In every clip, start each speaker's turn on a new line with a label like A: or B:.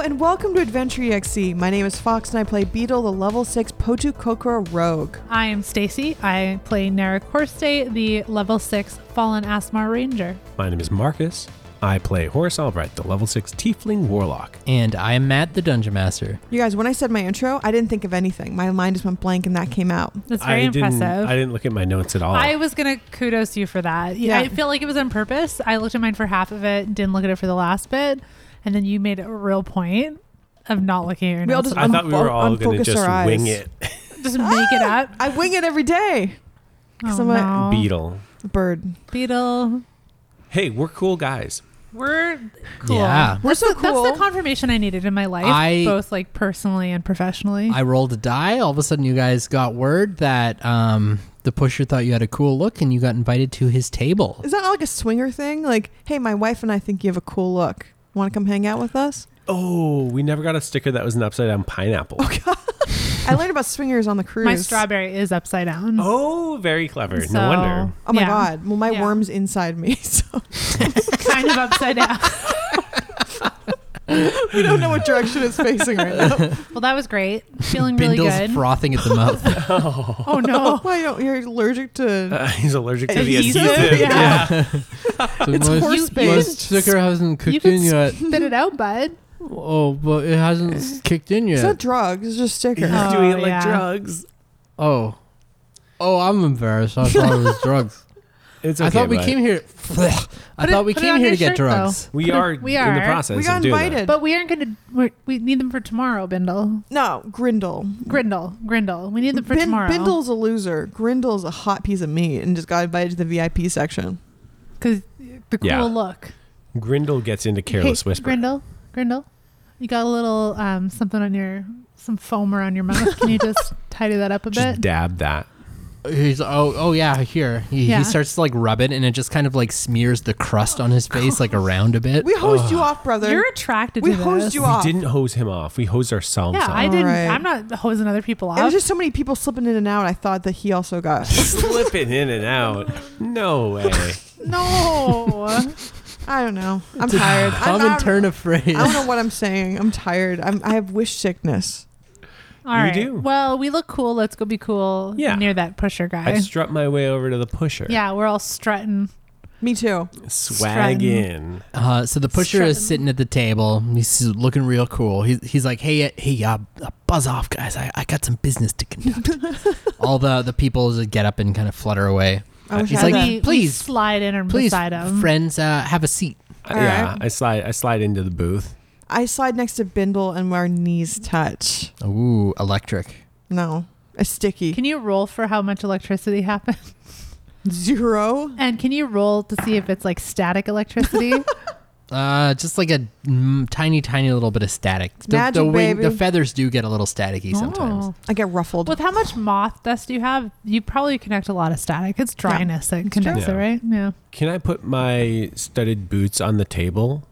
A: and welcome to Adventure EXE. My name is Fox, and I play Beetle, the level six Potu Kokoro Rogue.
B: I am Stacy. I play Narek Horstay, the level 6 Fallen Asmar Ranger.
C: My name is Marcus. I play Horace Albright, the level 6 Tiefling Warlock.
D: And I am Matt, the Dungeon Master.
A: You guys, when I said my intro, I didn't think of anything. My mind just went blank, and that came out.
B: That's very
C: I
B: impressive.
C: Didn't, I didn't look at my notes at all.
B: I was gonna kudos you for that. Yeah,
A: Yeah.
B: I feel like it was on purpose. I looked at mine for half of it, didn't look at it for the last bit, and then you made a real point of not looking at your
A: We all
B: notes.
A: just-
C: I thought we were
A: unfo-
C: all going to
A: unfocus
C: just
A: our eyes.
C: wing it.
B: just make it up.
A: I wing it every day.
B: Oh,
A: Ah! I'm a
B: no.
C: Beetle.
A: Bird.
B: Beetle.
C: Hey, we're cool guys.
B: We're cool.
D: Yeah.
A: We're
B: That's
A: so
B: the- That's
A: cool.
B: the confirmation I needed in my life,
D: I-
B: both like personally and professionally.
D: I rolled a die. All of a sudden, you guys got word that um, the pusher thought you had a cool look and you got invited to his table.
A: Is that not like a swinger thing? Like, hey, my wife and I think you have a cool look. Want to come hang out with us?
C: Oh, we never got a sticker that was an upside down pineapple.
A: I learned about swingers on the cruise.
B: my strawberry is upside down.
C: Oh, very clever.
B: So-
C: no wonder.
A: Oh my
B: yeah.
A: god. Well, my
B: Yeah.
A: worm's inside me, so
B: kind of upside down.
A: we don't know what direction it's facing right now.
B: Well, that was great. Feeling really
D: Bindle's
B: good.
D: frothing at the mouth.
B: oh no.
A: Why don't you're allergic to?
C: Uh, he's allergic to the
B: Adhesive?
C: adhesive.
B: Yeah.
A: It's horse based.
D: hasn't
B: You can spit it out, bud.
D: Oh, but it hasn't kicked in
A: It's not drugs. It's just sticker.
B: Yeah.
C: He's
B: Oh,
C: doing it like
B: yeah.
C: drugs.
D: Oh. Oh, I'm embarrassed. I thought it was drugs.
C: It's
D: I
C: okay,
D: thought we
C: bud.
D: came here. I
B: Put it-
D: thought we
B: put it
D: came
B: on
D: here
B: your
D: to get
B: shirt, though.
D: drugs.
C: We are,
B: We
C: in the
B: are.
C: process.
A: We
C: of
A: got
C: doing that.
A: invited.
B: But we aren't going to. We need them for tomorrow, Bindle.
A: no, Grindle.
B: Grindle. Grindle. We need them for
A: Bin-
B: tomorrow.
A: Bindle's a loser. Grindle's a hot piece of meat and just got invited to the VIP section.
B: Because the cool
C: Yeah.
B: look.
C: Grindle gets into careless
B: Hey,
C: whisper.
B: Grindle. Grindle. You got a little um, something on your. Some foam around your mouth. Can you just tidy that up a
C: Just
B: bit?
C: dab that.
D: He's oh oh yeah here. He,
B: Yeah.
D: he starts to like rub it and it just kind of like smears the crust on his face like around a bit.
A: We hosed you off, brother.
B: You're attracted
A: we
B: to this.
A: hosed you
C: We
A: off.
C: didn't hose him off. We hosed ourselves
B: Yeah,
C: off.
B: I didn't.
A: Alright.
B: I'm not hosing other people
A: It
B: off.
A: was just so many people slipping in and out. I thought that he also got.
C: slipping in and out. No way.
B: no.
A: I don't know. I'm tired. I'm
D: Common
A: not,
D: turn of phrase.
A: I don't know what I'm saying. I'm tired. I'm, I have wish sickness.
B: All
C: You
B: right.
C: do.
B: Well, we look cool. Let's go be cool
C: Yeah.
B: near that pusher guy.
C: I strut my way over to the pusher.
B: yeah, we're all strutting.
A: Me too.
C: Swag
B: Strutting.
C: in.
D: Uh, so the pusher is
B: Strutting.
D: sitting at the table. He's looking real cool. He's, he's like, hey, uh, hey, uh, uh, buzz off, guys. I, I got some business to conduct. All the, the people just get up and kind of flutter away.
A: I wish
D: He's
A: I had
D: Uh, like,
A: that.
B: we,
D: "Please,
B: we slide in and
D: Please,
B: beside him.
D: friends, uh, have a seat.
C: Uh,
A: All
C: yeah,
A: right.
C: I slide. I slide into the booth.
A: I slide next to Bindle and our knees touch.
D: Ooh, electric.
A: No, a sticky
B: Can you roll for how much electricity happened?
A: zero.
B: And can you roll to see if it's like static electricity?
D: Uh, just like a mm, tiny, tiny little bit of static. The,
A: Magic,
D: the, wing,
A: baby.
D: the feathers do get a little staticky sometimes.
B: Oh.
A: I get ruffled.
B: With how much moth dust you have, you probably connect a lot of static. It's dryness that connects
C: true.
B: it, right? Yeah.
C: Can I put my studded boots on the table?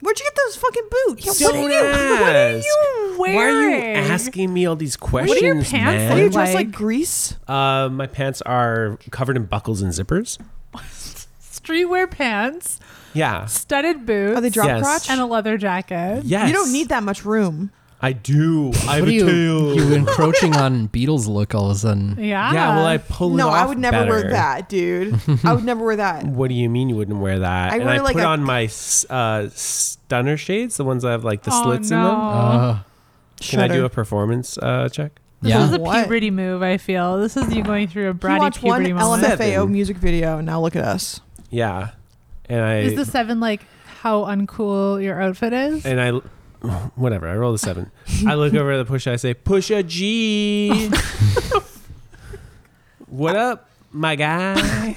A: Where'd you get those fucking boots? Yeah,
C: Don't
A: what are you? What are
C: ask.
A: you wearing?
C: Why are you asking me all these questions,
B: are your pants
A: Are you
C: man?
B: like?
A: dressed like,
B: Like-
A: Grease?
C: Uh, my pants are covered in buckles and zippers.
B: Streetwear pants,
C: Yeah.
B: studded boots,
A: Are they drop
C: Yes.
A: crotch?
B: and a leather jacket.
C: Yes.
A: You don't need that much room.
C: I do. I have
D: What are
C: a
D: you,
C: tail.
D: you encroaching on Beatles look all of a sudden?
B: Yeah.
C: yeah. Well, I
A: Ah.
C: pull it
A: No, I
C: off
A: would never wear
C: better.
A: that, dude. I would never wear that.
C: What do you mean you wouldn't wear that?
A: I
C: and
A: wear,
C: I
A: like,
C: put
A: a-
C: on my s- uh, stunner shades, the ones that have like the
B: Oh,
C: slits in
B: no.
C: them.
D: Uh,
C: Can I do
A: Shudder.
C: a performance uh, check?
B: This
D: yeah.
B: is a
A: What?
B: puberty move, I feel. This is you going through a
A: You
B: bratty
A: watch one
B: puberty moment.
A: LMFAO
C: Seven.
A: music video, and now look at us.
C: Yeah. And I
B: Is the seven like how uncool your outfit is?
C: and I whatever, I roll a seven. I look over at the pusher, I say, Push a G. what up, my guy?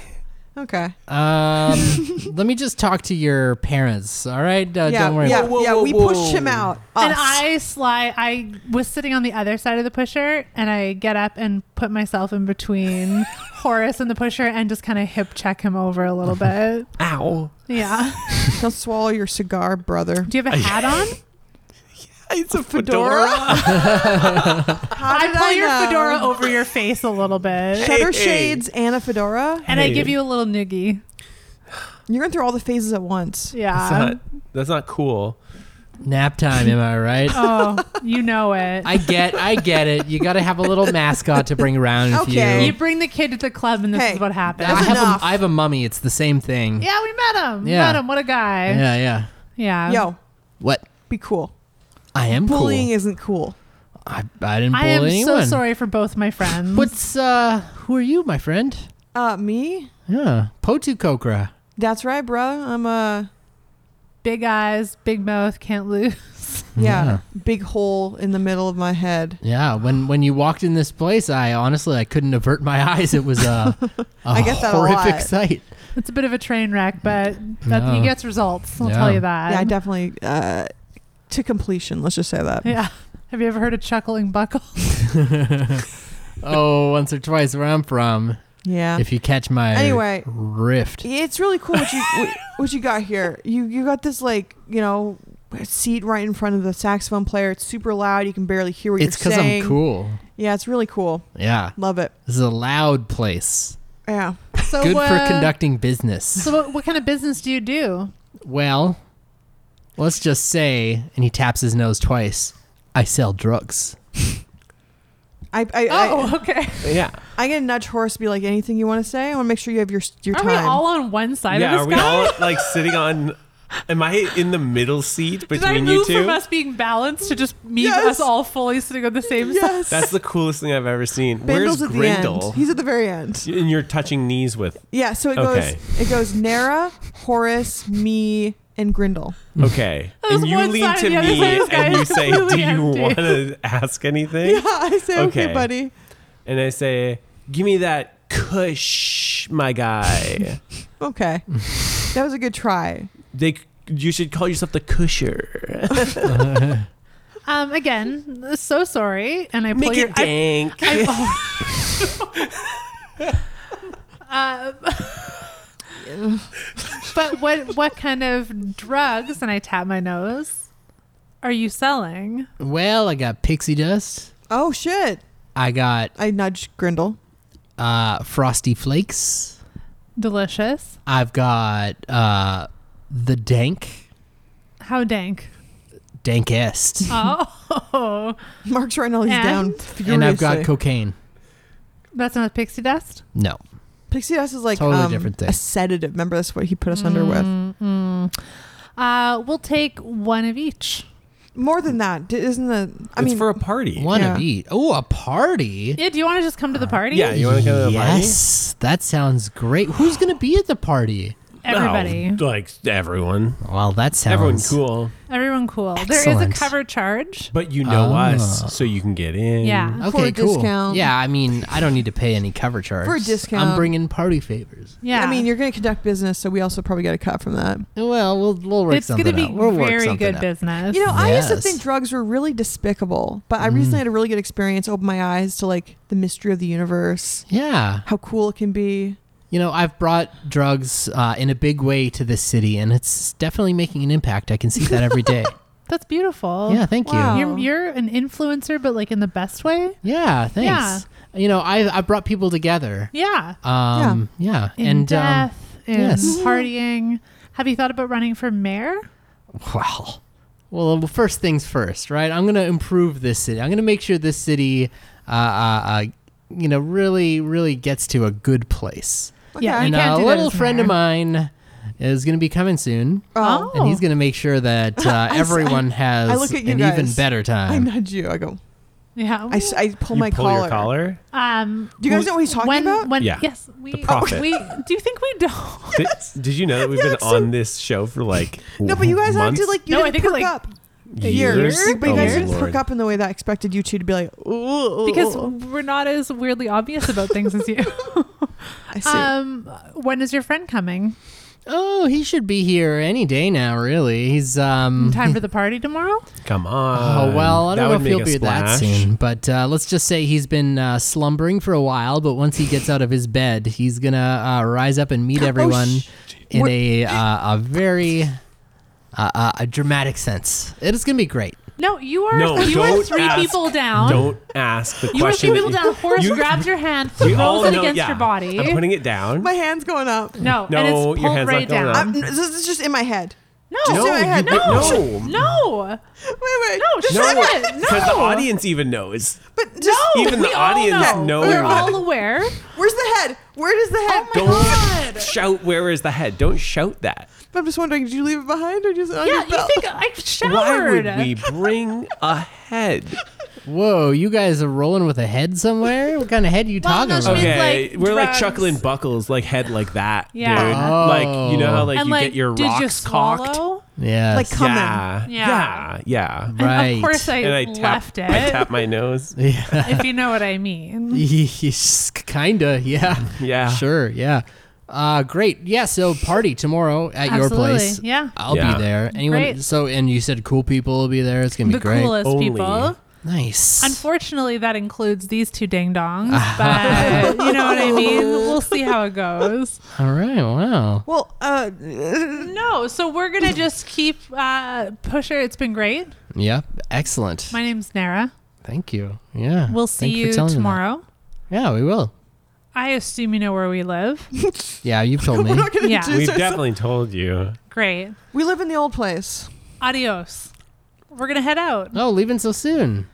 A: Okay.
D: Um, let me just talk to your parents. All right, uh,
A: yeah,
D: don't worry.
A: yeah,
D: about
C: Whoa,
A: yeah.
C: whoa,
A: we
C: whoa.
A: pushed him out.
B: And
A: Us.
B: I slide. I was sitting on the other side of the pusher, and I get up and put myself in between Horace and the pusher, and just kind of hip check him over a little bit.
C: Ow.
B: Yeah.
A: Don't swallow your cigar, brother.
B: Do you have a hat on?
C: It's a
A: fedora? How
B: I
A: did
B: pull your
A: know?
B: fedora over your face a little bit,
A: Shutter
C: Hey.
A: shades and a fedora.
B: and I
C: Hey.
B: give you a little noogie.
A: You're going through all the phases at once.
B: Yeah.
C: That's not, that's not cool.
D: Nap time, am I right?
B: Oh, you know it.
D: I get, I get it. You got to have a little mascot to bring around with
A: Okay.
B: you
D: you.
B: bring the kid to the club, and this
A: Hey,
B: is what happens.
A: that's
D: I have,
A: enough.
D: a, I have a mummy. It's the same thing.
B: yeah, we met him.
D: Yeah.
B: Met him. What a guy. Yeah.
D: yeah. yeah.
A: Yo,
D: What?
A: be cool.
D: I am
A: Bullying
D: cool.
A: isn't cool.
D: I, I didn't bully
B: I am
D: anyone.
B: so sorry for both my friends.
D: What's uh? Who are you, my friend?
A: Uh, me?
D: Yeah, Potu Kokra.
A: That's right, bruh. I'm a
B: big eyes, big mouth, can't lose.
A: yeah, big hole in the middle of my head.
D: Yeah, when when you walked in this place, I honestly I couldn't avert my eyes. It was uh, a
A: I get that a
D: horrific
A: lot.
D: sight.
B: It's a bit of a train wreck, but that,
D: Yeah.
B: he gets results. I'll
D: Yeah.
B: tell you that.
A: yeah, I definitely uh, to completion. Let's just say that.
B: Yeah. Have you ever heard of chuckling buckle?
D: oh, once or twice where I'm from.
A: Yeah.
D: If you catch my
A: Anyway.
D: rift.
A: Yeah, it's really cool what you what- what you got here. You you got this like you know seat right in front of the saxophone player. It's super loud. You can barely hear what
D: It's
A: you're
D: because
A: saying.
D: I'm cool.
A: Yeah, it's really cool.
D: Yeah,
A: Love it.
D: this is a loud place.
A: Yeah.
B: So
D: Good
B: uh,
D: for conducting business.
B: So what, what kind of business do you do?
D: well, let's just say, and he taps his nose twice. I sell drugs.
A: I I,
B: Oh, okay.
E: Yeah.
A: I, I get a nudge horse to be like anything you want to say. I want to make sure you have your your
B: Are
A: time.
B: we all on one side
E: yeah.
B: of
E: Are
B: this
E: we
B: guy?
E: all like sitting on? Am I in the middle seat
B: Did I
E: between you
B: move
E: two?
B: from us being balanced to just me
A: Yes.
B: us all fully sitting on the same side?
A: yes.
E: That's the coolest thing I've ever seen.
A: Bendel's at
E: Where's
A: the
E: Grindel?
A: end. He's at the very end.
E: and you're touching knees with.
A: Yeah. So it
E: Okay.
A: goes it goes Nara, Horace, me, and Grindel.
E: Okay.
B: There's
E: and you
B: one
E: lean
B: side,
E: to
B: the other
E: me
B: side is
E: and you say,
B: completely
E: Do you
B: empty."
E: want to ask anything?
A: Yeah. I say okay,
E: Okay.
A: buddy.
E: And I say, Give me that cush, my guy.
A: Okay. that was a good try.
E: they. You should call yourself the cusher.
B: Um, again, so sorry, and I pull
E: Make
B: your.
E: it
B: I-
E: dank.
B: I- oh. Uh, but what what kind of drugs? And I tap my nose. Are you selling?
D: Well, I got pixie dust.
A: Oh shit.
D: I got
A: I nudge Grindel.
D: uh, frosty flakes.
B: Delicious.
D: I've got uh, the dank,
B: How dank?
D: dankest,
A: Ah,
B: Oh,
A: Mark's right now he's
B: And?
A: down
B: And
A: furiously.
D: and I've got cocaine.
B: that's not pixie dust.
D: No,
A: Pixie Dust is like
D: Totally
A: um,
D: different thing.
A: a sedative. Remember that's what he put us under with.
D: Mm.
B: Mm-mm. Uh, we'll take one of each.
A: More than that, d- isn't the? I
E: it's
A: mean,
E: for a party.
D: one of
A: Yeah.
D: each. Oh, a party.
B: Yeah, do you want to just come to
D: Uh,
B: the party?
E: Yeah, you want to come to the party?
D: yes, that sounds great. Who's gonna be at the party?
B: Everybody.
E: Oh, like everyone.
D: Well, that sounds
E: Everyone cool.
B: Everyone cool. There
D: Excellent.
B: is a cover charge.
E: But you know
D: Ah.
E: us, so you can get in.
B: Yeah.
D: Mm. Okay,
A: For a
D: cool.
A: discount.
D: Yeah, I mean, I don't need to pay any cover charge
A: For a discount.
D: I'm bringing party favors.
B: Yeah.
A: I mean, you're going to conduct business, so we also probably got to cut from that.
D: Well, we'll we'll work
B: it's going to
D: something
B: be
D: out. We'll work
B: very
D: something
B: good
D: out.
B: business.
A: You know, I used to
D: Yes.
A: think drugs were really despicable, but I recently had a really good experience. Opened my eyes to like the mystery of the universe,
D: Yeah,
A: how cool it can be.
D: you know, I've brought drugs uh, in a big way to this city, and it's definitely making an impact. I can see that every day.
B: That's beautiful.
D: yeah, thank you.
A: Oh, Wow.
E: Oh.
B: You're, you're an influencer, but like in the best way.
D: Yeah,
B: Yeah.
D: thanks. You know, I I brought people together.
B: Yeah.
D: Um, yeah,
B: In
D: and um,
B: death, in
D: yes.
A: Mm-hmm.
B: partying. Have you thought about running for mayor?
D: well, well, first things first, right? I'm gonna improve this city. I'm gonna make sure this city, uh, uh, uh you know, really, really gets to a good place.
B: Yeah,
A: Okay.
B: you
D: and
B: can't
D: uh,
B: do
D: a
B: that
D: little
B: as
D: friend of
B: mayor.
D: mine is gonna be coming soon,
A: Oh,
D: and he's gonna make sure that uh,
A: I s-
D: everyone has
A: I look at you
D: an even
A: guys.
D: better
A: I
D: time.
A: nudge you. I go.
B: yeah.
A: I, s- I pull
E: you
A: my
E: pull
A: collar.
E: your collar.
B: um,
A: Do you guys know what he's talking
B: when,
A: about?
B: When,
E: Yeah.
B: Yes. We,
E: prophet.
B: We, do you think we don't?
E: Did, did you know that we've
A: Yeah,
E: been
A: it's so-
E: on this show for like
A: No, but you guys
E: months,
A: acted like you
B: No, I
A: didn't
B: think
A: perk
B: it's like
A: up
E: years?
A: but you
E: Oh,
A: guys didn't
E: Lord.
A: perk up in the way that I expected you two to be like, ooh,
B: Because
A: ooh, ooh."
B: we're not as weirdly obvious about things as you.
A: I see.
B: um, when is your friend coming?
D: Oh, he should be here any day now. Really, he's um.
B: In time for the party tomorrow?
E: Come on.
D: Oh well, I
E: Uh, That
D: don't
E: would
D: know if he'll
E: make a
D: be that
E: splash.
D: soon, but uh, let's just say he's been uh, slumbering for a while. But once he gets out of his bed, he's gonna uh, rise up and meet
E: Oh,
D: everyone
A: sh-
D: in
A: what-
D: a uh, a very uh, uh, a dramatic sense. It is gonna be great.
B: No, you are
E: No,
B: you are
E: don't
B: three
E: ask-
B: people down.
E: Don't ask the
B: you are three
E: question.
B: people
E: that
B: down. Horace
E: you-
B: grabs your hand,
E: you-
B: throws
E: we all
B: it
E: know-
B: against
E: yeah.
B: your body.
E: I'm putting it down.
A: my hand's going up.
B: no,
E: No,
B: and it's
E: your
B: pulled
E: hand's not
B: right
E: going
B: down.
E: up.
A: I'm, this is just in my head.
B: No.
A: Just in my head.
C: you-
B: No.
C: no.
B: No.
A: Wait, wait.
B: No,
A: just
B: shut
A: a
B: up.
A: second.
C: Because the
B: No.
C: audience even knows.
A: But just,
B: No,
C: Even the
B: we all
C: audience
B: know.
C: knows
B: We're all
C: that.
B: aware.
A: Where's the head? Where does the head?
B: Oh my
C: Don't
B: God.
C: shout where is the head. Don't shout that.
A: I'm just wondering, did you leave it behind or just on
B: Yeah,
A: your
B: you
A: belt?
B: think I showered?
C: Why would we bring a head?
D: Whoa, you guys are rolling with a head somewhere? What kind of head you
B: Well,
D: talking
B: no, she
D: about?
B: means,
C: Okay,
B: like,
C: we're like
B: drugs.
C: chuckling buckles, like head like that,
B: Yeah.
C: dude.
D: Oh.
C: Like you know how like
B: and
C: you
B: like,
C: get your
B: did
C: rocks
B: you
C: cocked.
B: swallow?
D: Yes.
A: Like, come
C: Yeah,
B: Yeah.
C: yeah, yeah.
B: And
D: Right.
B: Of course, I,
C: And I tap,
B: left it.
C: I tap my nose.
D: yeah.
B: if you know what I mean.
D: Yes, kinda, yeah.
C: Yeah.
D: Sure, yeah. Uh, great. Yeah, so party tomorrow at
B: Absolutely,
D: your place.
B: yeah.
D: I'll
C: Yeah.
D: be there. Anyone
B: Great.
D: so and you said cool people will be there. It's gonna be
B: The
D: great.
B: coolest
C: Only.
B: people.
D: Nice.
B: Unfortunately, that includes these two ding dongs, but you know what I mean? We'll see how it goes.
D: All right, wow.
A: Well, uh, uh,
B: No, so we're going to just keep uh, Pusher. It's been great.
D: Yep. Excellent.
B: My name's Nara.
D: Thank you. Yeah.
B: We'll
D: Thank
B: see
D: for
B: you
D: telling me that.
B: tomorrow.
D: Yeah, we will.
B: I assume you know where we live.
D: Yeah, you've told me.
A: we're not going to
B: Yeah.
A: do
C: We've
A: so-
C: definitely told you.
B: Great.
A: We live in the old place.
B: Adios. We're going to head out.
D: Oh, leaving so soon.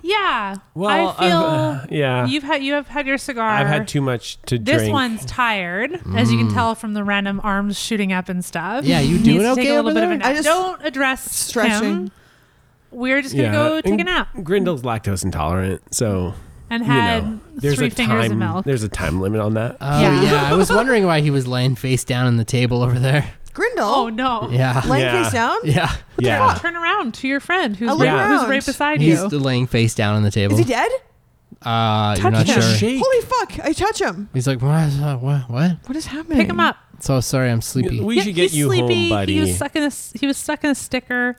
B: Yeah.
C: Well,
B: I feel
C: I've, uh, yeah.
B: you've had you have had your cigar.
C: I've had Mm. too much to
B: This
C: drink.
B: one's tired, as you can tell from the random arms shooting up and stuff.
D: Yeah, you
B: Needs
D: doing
B: to Take
D: okay
B: a little
D: over
B: bit of
D: there?
B: a nap.
A: I just-
B: Don't address
A: Stretching.
B: him. We're just gonna go take a
C: and
B: nap
C: Grindel's lactose intolerant, so
B: and
C: you
B: had
C: know, there's
B: three
C: a
B: fingers
C: time
B: of milk. Uh,
C: there's a time limit on that.
D: Oh
B: Yeah.
D: yeah. I was wondering why he was laying face down on the table over there.
A: Grindel.
B: Oh no!
D: Yeah.
A: Laying
C: Yeah.
A: face down?
D: Yeah.
C: yeah.
B: Turn around to your friend who's
A: I'll
B: right,
C: look
B: who's
A: around.
B: right beside
D: He's
B: you.
D: laying face down on the table.
A: Is he dead?
D: Uh, you're not
B: Touch him.
D: sure.
C: Shake.
A: Holy fuck. I touch him.
D: He's like, what? What? What?
A: What is happening?
B: Pick him up.
D: So sorry, I'm sleepy.
C: We
B: Yeah,
C: should get
B: he's
C: you
B: sleepy.
C: home, buddy.
B: He was stuck in a s- he was stuck in a sticker.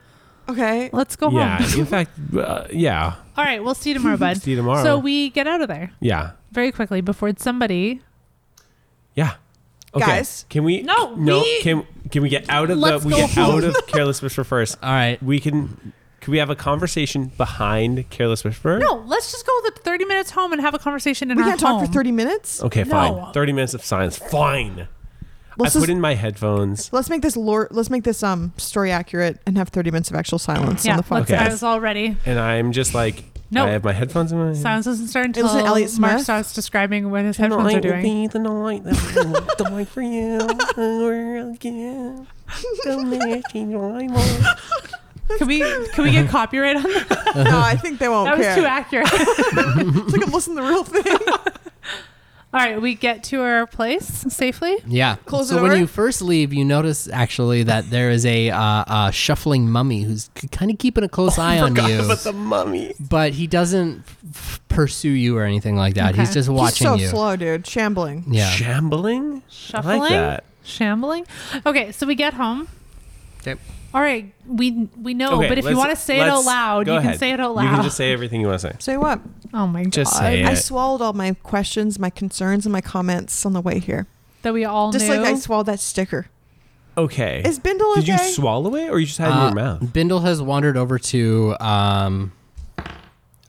A: Okay.
B: Let's go
C: yeah.
B: home.
C: In fact, uh, yeah,
B: All right, we'll see you tomorrow, bud.
C: See you tomorrow.
B: So we get out of there
C: yeah,
B: very quickly before somebody.
C: yeah. Okay.
A: Guys.
C: can we?
B: No,
C: no.
B: we-
C: can can we get out of the?
B: Let's
C: We
B: go
C: get
B: home.
C: out of Careless Whisper first.
D: All right.
C: We can. Can we have a conversation behind Careless Whisper?
B: No, let's just go the thirty minutes home and have a conversation in
A: We
B: our
A: can't talk for
B: home.
A: 30 minutes.
C: Okay,
B: No.
C: fine. Thirty minutes of silence. Fine.
A: Let's,
C: I
A: just,
C: put in my headphones.
A: let's make this lore, let's make this um story accurate and have 30 minutes of actual silence
B: Yeah,
A: on the podcast.
B: let's,
C: Okay.
B: I was all ready.
C: And I'm just like,
B: No.
C: I have my headphones in my.
B: Silence doesn't start until
A: listen to Elliot
B: Mark
A: Smith.
B: starts describing what his headphones are doing.
C: be the night that will die for you over again. Don't make me lie more.
B: Can we can we get copyright on that?
A: no, I think they won't
B: That was
A: care.
B: too accurate. all
A: it's like I'm listening to the real thing.
B: right, we get to our place safely.
D: Yeah.
A: Close
D: so
A: the
D: when
A: door?
D: you first leave, you notice actually that there is a uh, uh, shuffling mummy who's c- kind of keeping a close eye on
C: Oh, Forgot
D: you,
C: about the mummy.
D: but he doesn't f- f- pursue you or anything like that.
B: Okay.
D: He's just watching
A: He's so
D: you.
A: slow, dude. Shambling.
D: Yeah.
C: Shambling?
B: Shuffling,
C: I like that.
B: shambling. Okay, so we get home.
D: Okay.
B: All right, we we know,
C: Okay,
B: but if you
C: let's-
B: want to say it out
C: let's-
B: loud,
C: go
B: you can
C: ahead.
B: say it out loud.
C: You can just say everything you want to say.
A: Say what?
B: oh my god,
C: Just say
A: I
C: it.
A: swallowed all my questions, my concerns, and my comments on the way here.
B: that we all
A: Just
B: knew.
A: like I swallowed that sticker.
C: okay.
A: Is Bindle okay?
C: Did you swallow it or you just had it in
D: Uh,
C: your mouth?
D: Bindle has wandered over to um,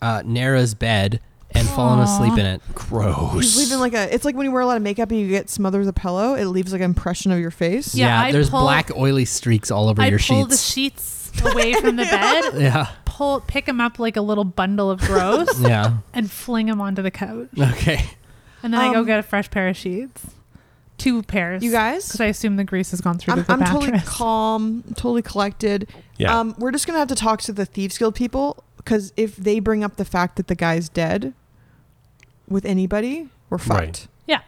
D: uh, Nara's bed and fallen asleep in it.
A: He's
C: Gross.
A: leaving like a. It's like when you wear a lot of makeup and you get smothered with a pillow. It leaves like an impression of your face.
B: Yeah, I
D: there's
B: pull-
D: black oily streaks all over
B: I
D: your
B: pull
D: sheets.
B: the sheets away from the bed,
D: yeah,
B: pull pick him up like a little bundle of gross,
D: yeah.
B: and fling him onto the couch.
D: Okay.
B: And then I go
A: Um,
B: get a fresh pair of sheets. Two pairs.
A: You guys,
B: Because I assume the grease has gone through
A: I'm,
B: the
A: I'm
B: mattress.
A: totally calm, totally collected.
C: Yeah.
A: Um, we're just gonna have to talk to the thieves guild people because if they bring up the fact that the guy's dead with anybody, we're fucked.
C: Right.
B: Yeah.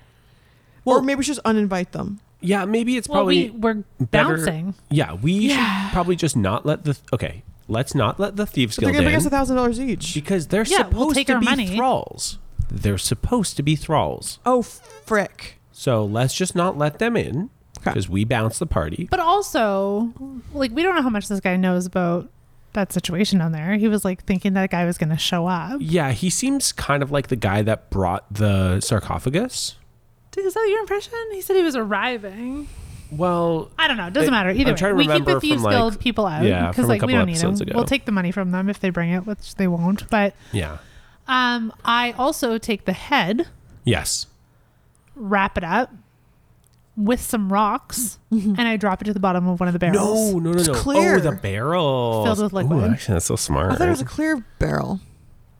A: or maybe we should just uninvite them.
C: yeah, maybe it's
B: Well,
C: probably
B: we, we're
C: better-
B: bouncing.
C: Yeah, we
A: Yeah.
C: should probably just not let the okay. Let's not let the thieves
A: But they're
C: guild
A: gonna bring
C: in
A: us a thousand dollars each.
C: because they're
B: Yeah, we'll
C: supposed
B: take
C: to
B: our
C: be
B: money.
C: thralls. They're supposed to be thralls.
A: oh frick!
C: So let's just not let them in
A: Okay.
C: because we bounce the party.
B: But also, like, we don't know how much this guy knows about that situation down there. He was like thinking that guy was going to show up.
C: Yeah, he seems kind of like the guy that brought the sarcophagus.
B: Dude, is that your impression? He said he was arriving.
C: Well,
B: I don't know. It doesn't
C: I-
B: matter. Either
C: I'm
B: way,
C: trying to
B: we keep
C: remember
B: the
C: from,
B: thieves
C: like-
B: guild people out
C: yeah,
B: because
C: from a
B: like we
C: couple
B: don't need them.
C: episodes ago.
B: We'll take the money from them if they bring it, which they won't. But
C: yeah.
B: um, I also take the head,
C: Yes.
B: wrap it up, with some rocks
A: Mm-hmm.
B: and I drop it to the bottom of one of the barrels.
C: No, no, no,
A: It's
C: no.
A: clear.
C: Oh, the barrel
B: Filled with liquid.
C: actually, that's so smart.
A: I thought it was a clear barrel.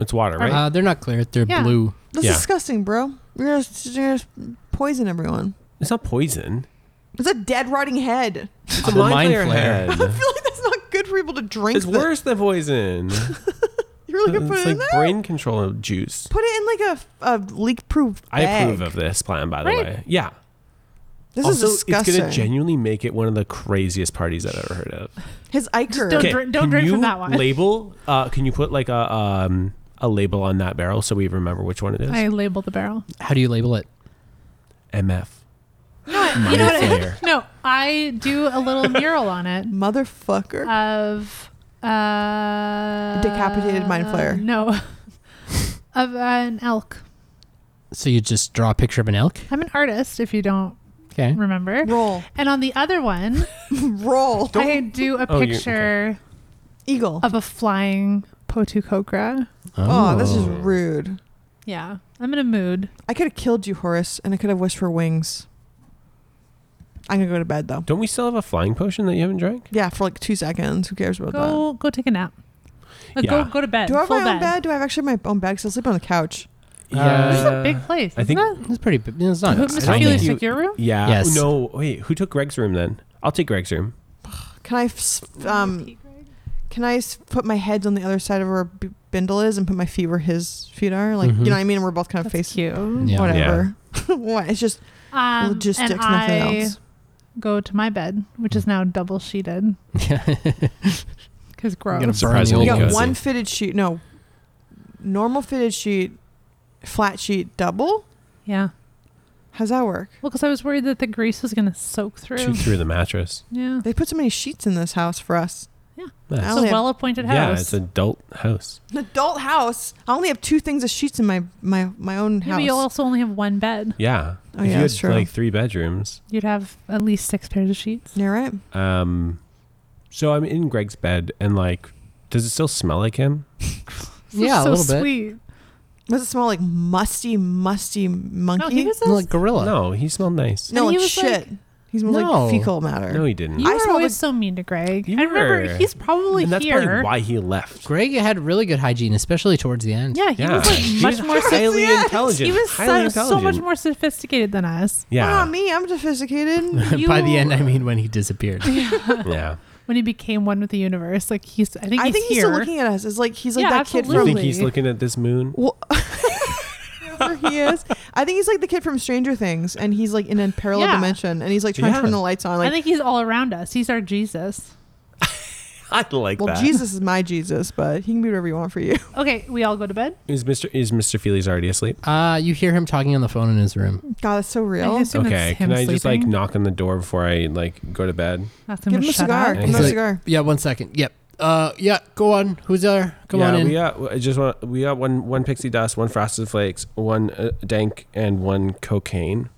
C: it's water, right?
D: Uh, they're not clear. They're
B: Yeah.
D: blue.
A: That's
C: Yeah.
A: disgusting, bro. You're gonna, s- you're gonna s- poison everyone.
C: it's not poison.
A: It's a dead rotting head.
C: It's
D: a Uh, mind flare.
A: I feel like that's not good for people to drink.
C: it's
A: that.
C: worse than poison.
A: You really gonna put
C: it's
A: it in
C: like
A: there?
C: brain control juice.
A: Put it in like a, a leak-proof
C: I
A: bag.
C: approve of this plan, by the
B: Right.
C: way. Yeah.
A: This
C: also,
A: is disgusting.
C: it's going to genuinely make it one of the craziest parties I've ever heard of.
A: His Iker.
B: don't- drink-
C: can
B: drink from
C: you
B: that one.
C: Label. Uh, can you put like a um, a label on that barrel so we remember which one it is?
B: I label the barrel.
D: How do you label it?
C: MF.
B: You know what?
C: Mindflayer.
B: No, I do a little mural on it
A: Motherfucker.
B: of uh
A: Decapitated mind flayer.
B: No. of an elk.
D: So you just draw a picture of an elk.
B: I'm an artist if you don't
D: Okay.
B: remember.
A: Roll.
B: And on the other one,
A: Roll.
B: I do a
C: Oh, you-
B: picture
A: Eagle.
B: of a flying potucocra.
A: oh, this is rude.
B: Yeah. I'm in a mood.
A: I could have killed you, Horace, and I could have wished for wings. I'm gonna go to bed though.
C: Don't we still have a flying potion that you haven't drank?
A: Yeah, for like two seconds. Who cares about
B: Go go take a nap. Uh,
C: Yeah.
B: Go go to
A: that?
B: bed.
A: Do I have
B: Full
A: my own bed? Do I have actually my own bed? Because I sleep on the couch.
B: This is
D: Uh, Yeah.
C: Yeah.
B: a big place.
C: Uh, I think-
B: isn't it?
D: It's pretty. b- It's not.
B: Who-
D: it's
B: Mr.
D: tiny.
C: Healy
B: Feely's
C: think you-
B: took your room?
C: Yeah.
D: Yes.
C: No. Wait. Who took Greg's room then? I'll take Greg's room.
A: Can I, f- um, can I s- put my heads on the other side of where B- Bindle is and put my feet where his feet are? Like,
D: Mhm.
A: you know what I mean? And we're both kind of
B: Mm-hmm. That's
A: facing
B: cute.
D: Yeah.
A: whatever. what? It's just
B: Um,
A: logistics,
B: and
A: nothing
B: I
A: else.
B: go to my bed, which is now double sheeted because gross.
D: gonna
A: You
C: Surprisingly
D: burn the
A: got
D: old
C: cozy.
A: one fitted sheet. No, normal fitted sheet, flat sheet, double.
B: yeah.
A: How's that work?
B: Well, because I was worried that the grease was gonna soak
C: Two
B: through.
C: through the mattress.
B: Yeah.
A: They put so many sheets in this house for us.
C: Nice.
A: I
B: It's a
A: only have-
B: well-appointed
C: Yeah.
B: house.
C: It's an adult house.
A: An adult house. I only have two things of sheets in my my my own
B: yeah,
A: house.
B: but you'll also only have one bed.
C: Yeah.
A: Oh,
C: if
A: yeah,
C: you had
A: that's true.
C: like three bedrooms.
B: You'd have at least six pairs of sheets.
A: You're right.
C: Um, so I'm in Greg's bed, and like, does it still smell like him?
D: Yeah, a
B: so
D: little bit.
B: sweet.
A: Does it smell like musty, musty monkey?
B: No, he was.
D: like gorilla.
C: No, he smelled nice.
A: No,
B: And he
A: it's
B: was
A: shit. he smells
D: No.
A: like fecal matter.
C: No, he didn't.
B: You
A: I
B: were
A: smelled
B: always
A: like-
B: so mean to Greg.
C: You
B: I remember
C: were.
B: he's probably
C: and that's
B: here.
C: probably why he left.
D: Greg had really good hygiene, especially towards the end.
B: Yeah, he
C: yeah,
B: was like
C: He
B: much
C: was
B: more. sophisticated.
C: highly intelligent.
B: He was
C: highly
B: so, so much
C: intelligent.
B: more sophisticated than us.
A: Why
C: Yeah,
A: not me. I'm sophisticated.
D: By the
B: You-
D: end, I mean when he disappeared.
C: yeah.
B: when he became one with the universe. Like he's, I think
A: I
B: he's
A: think he's
B: here.
A: still looking at us. It's like he's like
B: Yeah,
A: that kid from
C: You
B: absolutely.
C: think he's looking at this moon?
A: Well, wherever he is. I think he's like the kid from Stranger Things, and he's like in a parallel
B: Yeah.
A: dimension, and he's like trying
C: Yeah.
A: to turn the lights on.
B: I
A: Like,
B: think he's all around us. He's our Jesus.
C: I like
A: well,
C: that.
A: Jesus is my Jesus, but he can be whatever you want for you.
B: Okay, we all go to bed.
C: Is Mr. Is Mr. Feely's already asleep?
D: Uh, you hear him talking on the phone in his room.
A: God, that's so real.
B: I assume
C: Okay.
B: it's him
C: Can I just like
B: sleeping.
C: knock on the door before I like go to bed?
B: Ask
A: Give
B: to
A: him a
B: shut
A: cigar.
B: up?
A: Give him
D: He's
A: a
D: like-
A: cigar.
D: Yeah, one second. Yep. Uh, yeah. Go on. Who's there? Come
C: yeah,
D: on in.
C: We got I just want we got one one pixie dust, one frosted flakes, one uh, dank, and one cocaine.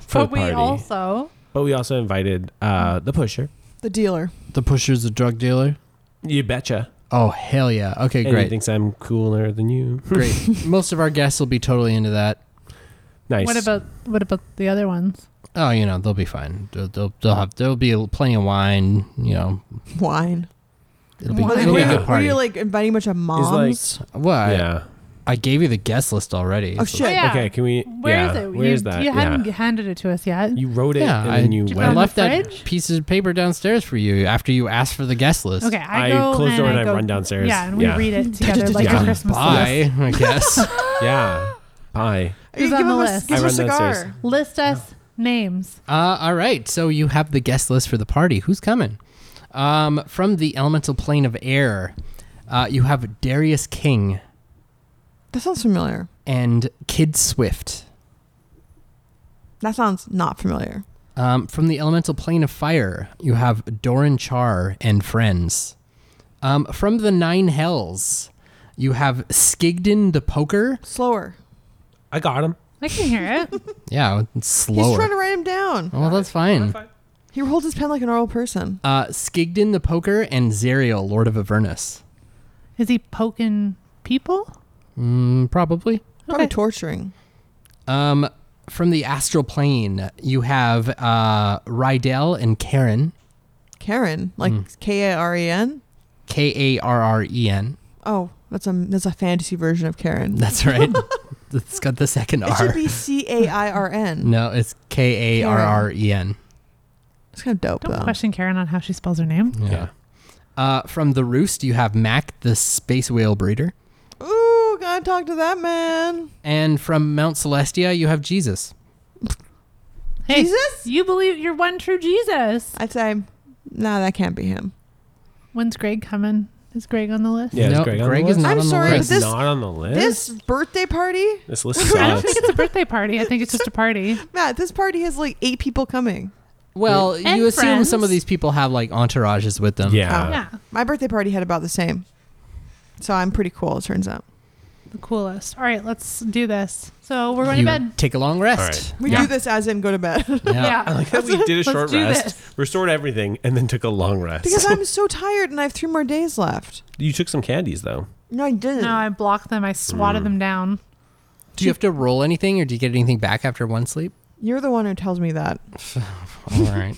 C: For
B: But
C: the
B: we
C: party.
B: also
C: But we also invited uh, the pusher.
A: The dealer.
D: The pusher's a drug dealer.
C: You betcha.
D: Oh hell yeah. Okay,
C: And he
D: great,
C: thinks I'm cooler than you.
D: great. Most of our guests will be totally into that.
C: Nice.
B: what about what about the other ones?
D: Oh, you know they'll be fine. They'll they'll, they'll have there'll be plenty of wine. You know
A: Wine.
D: it'll be,
A: Were they-
D: it'll be a
A: were you-
D: good party.
A: Were you like inviting a bunch of moms?
D: Well, I,
C: Yeah.
D: I gave you the guest list already.
A: oh
D: so-
A: shit!
B: Oh, yeah.
C: Okay. Can we?
B: Where
C: yeah,
B: is it?
C: Where
B: you,
C: is that?
B: You haven't
C: yeah.
B: handed it to us yet.
C: You wrote it
D: Yeah,
C: and
D: I,
C: then you
B: Did you
D: I
B: put it in
C: went.
B: the
D: left that
B: fridge?
D: piece of paper downstairs for you after you asked for the guest list.
B: okay, I, go
C: close the
B: and
C: door and
B: I
C: I
B: go,
C: run downstairs.
B: Yeah, and we
C: Yeah.
B: read it together like
C: Yeah.
B: a Christmas list.
D: Bye, I guess.
C: Yeah. Bye.
A: You
B: Who's
A: give him
B: on the
A: a-
B: list?
A: Give
C: I
A: him a
C: run downstairs.
A: cigar.
B: List us names.
D: Uh, all right. So you have the guest list for the party. Who's coming? Um, from the elemental plane of air, uh, you have Darius King
A: That sounds familiar.
D: and Kid Swift.
A: That sounds not familiar.
D: Um, from the elemental plane of fire, you have Doran Char and friends. Um, from the nine hells, you have Skigden the Poker.
A: Slower.
C: I got him.
B: I can hear it.
D: Yeah, it's slower. Oh,
A: He's trying to write him down.
D: well, that's fine.
A: He holds his pen like a normal person.
D: Uh, Skigden the Poker and Zerial, Lord of Avernus.
B: Is he poking people?
D: Mm, probably.
A: Probably
B: Okay.
A: torturing.
D: Um, from the astral plane, you have uh, Rydell and Karen,
A: Karen, like K A R E N.
D: K A R R E N.
A: Oh, that's a that's a fantasy version of Karen.
D: That's right. it's got the second
A: It should
D: R.
A: be C A I R N.
D: No, it's K A R R E N.
A: It's kind of dope
B: Don't
A: though.
B: question Karen on how she spells her name.
D: Yeah. Uh, from the roost, you have Mac, the space whale breeder,
A: Ooh, gotta talk to that man.
D: and from Mount Celestia, you have Jesus.
B: Hey,
A: Jesus?
B: You believe you're one true Jesus.
A: I'd say, nah, that can't be him.
B: When's Greg coming? Is Greg on the list?
D: Yeah,
C: Yeah,
D: is
C: no,
D: Nope, Greg on the Greg is list? not
A: I'm
D: on the
A: sorry,
D: list.
A: but this
C: not on the list.
A: this birthday party,
C: This list
B: I don't think
C: sucks.
B: it's a birthday party. I think it's just a party.
A: Matt, this party has like eight people coming.
D: Well,
B: And
D: you assume
B: friends.
D: some of these people have like entourages with them.
C: yeah.
B: yeah,
A: My birthday party had about the same, so I'm pretty cool. It turns out.
B: the coolest. All right, let's do this. So we're going
D: You
B: to bed.
D: Take a long rest.
A: We do this as in go to bed
D: Yeah.
B: Yeah.
C: I like that we did a
B: Let's
C: short
B: do
C: rest,
B: this.
C: restored everything, and then took a long rest.
A: because I'm so tired and I have three more days left.
C: you took some candies though.
A: No, I didn't.
B: No, I blocked them. I swatted
C: Mm.
B: them down.
D: Do you have to roll anything, or do you get anything back after one sleep?
A: You're the one who tells me that.
D: All right.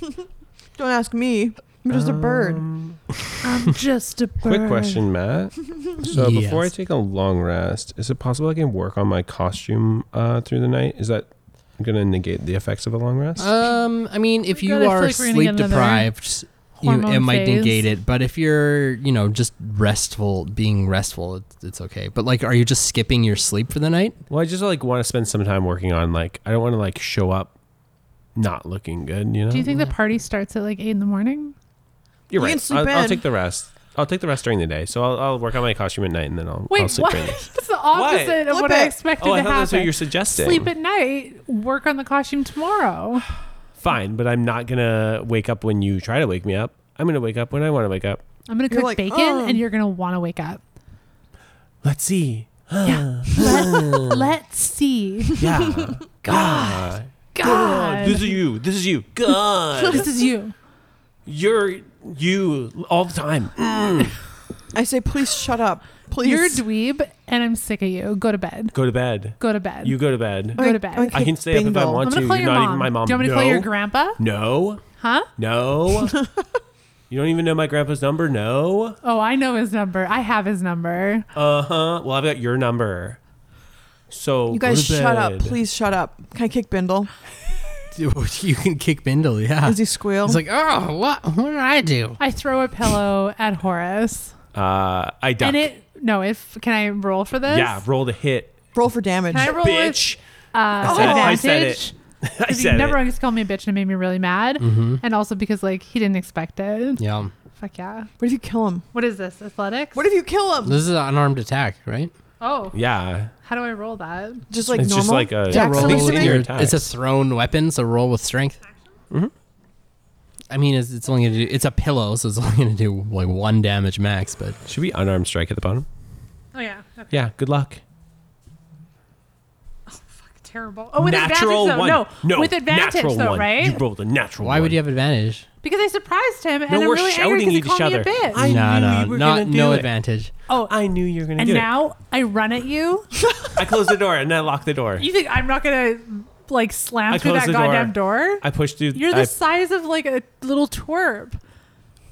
A: Don't ask me. I'm just a bird.
C: Um,
B: I'm just a bird.
C: Quick question, Matt. So before I
D: Yes.
C: take a long rest, is it possible I can work on my costume uh, through the night? Is that going to negate the effects of a long rest?
D: Um, I mean, if
B: We
D: you
B: gotta- I feel
D: are
B: like we're gonna get
D: sleep
B: another
D: deprived, you, it
B: hormone
D: might
B: phase.
D: negate it. But if you're, you know, just restful, being restful, it's, it's okay. But like, are you just skipping your sleep for the night?
C: well, I just like want to spend some time working on like I don't want to like show up not looking good. You know.
B: Do you think the party starts at like eight in the morning?
C: You're
A: You
C: right.
A: can sleep
C: I'll, I'll
A: in.
C: take the rest. I'll take the rest during the day. So I'll, I'll work on my costume at night, and then I'll, I'll
B: Wait,
C: sleep
B: what?
C: during the
B: That's the opposite of
A: Flip
B: what I
A: it.
B: expected
C: Oh, I
B: to
C: thought
B: happen.
C: that's what you're suggesting.
B: Sleep at night, work on the costume tomorrow.
C: Fine, but I'm not gonna wake up when you try to wake me up. I'm gonna wake up when I want to wake up.
B: I'm gonna
A: You're
B: cook
A: like,
B: bacon,
A: "Oh."
B: and you're gonna want to wake up.
C: Let's see.
B: Yeah. Let, let's see.
C: Yeah. God.
B: God,
C: This is you. This is you. God.
B: this is you.
C: You're you all the time.
A: I say, please shut up. Please.
B: You're a dweeb, and I'm sick of you. Go to bed.
C: Go to bed.
B: Go to bed.
C: You go to bed.
B: go to bed.
A: Oink, oink,
C: I can stay up if I
A: bingo.
C: want
B: I'm gonna
C: to.
B: call
C: You're
B: your
C: not
B: mom.
C: even my mom.
B: Do you want me to
C: no.
B: call your grandpa?
C: No.
B: Huh?
C: No. you don't even know my grandpa's number. No.
B: Oh, I know his number. I have his number.
C: Uh huh. Well, I've got your number. So
A: You guys
C: go to
A: shut up.
C: bed.
A: Please shut up. Can I kick Bindle?
D: You can kick Bindle. Yeah.
A: Does he squeal?
D: It's like, oh, what? What did I do?
B: I throw a pillow at Horace,
C: Uh, I duck.
B: and it. No, if can I roll for this?
C: yeah, roll the hit.
A: Roll for damage.
B: Can I roll
C: Bitch.
B: with uh,
C: said it. I
B: advantage?
C: said it. I
B: Because he
C: said
B: never
C: it. Mm-hmm.
B: always called me a bitch and it made me really mad. And also because like he didn't expect it.
D: Yeah.
B: Fuck yeah.
A: What if you kill him?
B: What is this? Athletics?
A: What if you kill him?
D: This is an unarmed attack, right?
B: oh,
C: Yeah.
B: how do I roll that?
A: Just like
C: it's
A: normal.
C: just like a
A: Yeah, roll
C: Jackson
A: with
C: Lee
A: your-
C: Senior
D: it's a thrown weapon, so roll with strength. I mean, it's, it's only gonna do. It's a pillow, so it's only gonna do like one damage max. But
C: Should we unarmed strike at the bottom?
B: Oh yeah. Okay.
C: Yeah. Good luck.
B: Terrible. Oh, with advantage though. No. with advantage
C: natural
B: though,
C: one.
B: right?
C: You rolled a natural.
D: why would you
C: one.
D: have advantage?
B: because I surprised him and
C: No,
B: I'm
C: we're
B: really angry
C: shouting
B: because he
C: at each
B: called me a
C: other.
B: bitch.
C: I
D: no,
C: knew
D: no,
C: you were
D: not
C: gonna do
D: no
C: it.
D: advantage.
B: oh,
C: I knew you were gonna
B: and
C: do
B: now I run at you.
C: it. I closed the door and I locked the door.
B: You think I'm not gonna like slam
C: I
B: through
C: closed
B: that
C: the door.
B: goddamn door?
C: I pushed through.
B: You're the
C: I,
B: size of like a little twerp.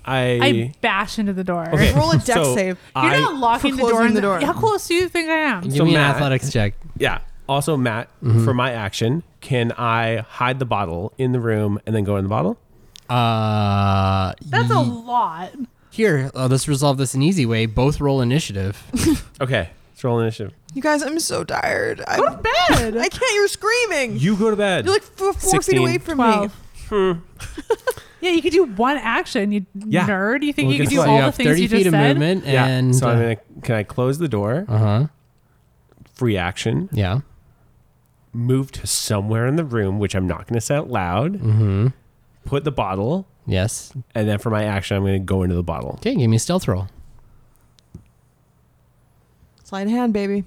B: I
C: I,
B: bash into the door.
C: Okay.
A: Roll a deck
C: So,
A: save.
B: You're
C: I-
B: not locking
A: For
B: the door,
A: closing
B: in
A: the door.
B: How close do you think I am?
D: Give
C: So
D: me
C: Matt-
D: an athletics check.
C: yeah. Also, Matt, for my action, can I hide the bottle in the room and then go in the bottle?
D: Uh,
B: That's a
D: ye-
B: lot.
D: here. Uh, let's resolve this an easy way. Both roll initiative.
C: Okay. Let's roll initiative.
A: you guys, I'm so tired. I'm,
B: Go to bed.
A: I can't. You're screaming.
C: You go to bed.
A: You're like f- four
C: 16.
A: feet away from me.
B: yeah, you could do one action, you
C: Yeah.
B: nerd. You think
C: Well,
B: you could
C: guess
B: do
C: what?
B: all
D: you
B: the
D: have
B: things
D: thirty
B: you
D: feet
B: just
D: of
B: said?
D: movement,
C: yeah.
D: and
C: so I'm gonna. Can I close the door?
D: uh huh.
C: Free action.
D: Yeah.
C: move to somewhere in the room, which I'm not going to say out loud. Put the bottle,
D: Yes.
C: and then for my action, I'm going to go into the bottle.
D: Okay. Give me a stealth roll.
A: Slide hand, baby.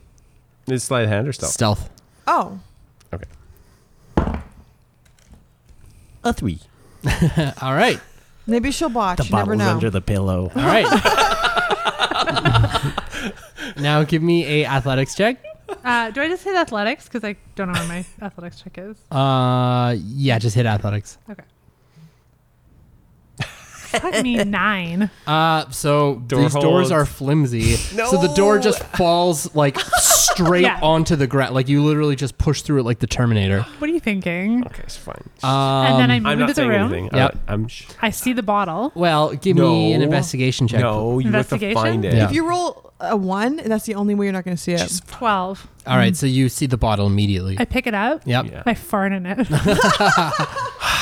C: Is slide hand or stealth?
D: Stealth.
A: Oh,
C: Okay. A three.
D: All right.
A: maybe she'll botch.
C: The
A: you never
C: bottle's
A: know.
C: under the pillow.
D: All right. now give me a athletics check.
B: Uh, do I just hit athletics? Because I don't know where my athletics check is.
D: Uh, yeah, just hit athletics.
B: Okay. Fuck me nine.
D: Uh, so
C: Door
D: these doors
C: holds.
D: are flimsy, so the door just falls like straight
B: Yeah.
D: onto the ground. Like you literally just push through it like the Terminator.
B: What are you thinking?
C: Okay, it's fine.
D: Um,
B: and then I
C: I'm
B: move
C: not
B: into the
C: saying
B: room.
C: anything.
D: Yep.
C: I, am sh-
B: I see the bottle.
D: well, give me an
C: No.
D: investigation check.
C: no, you have to
B: Investigation?
C: find it.
D: Yeah.
A: If you roll a one, that's the only way you're not going to see it.
B: Twelve.
D: All right, so you see the bottle immediately.
B: I pick it up.
D: yep.
C: Yeah.
B: I fart in it.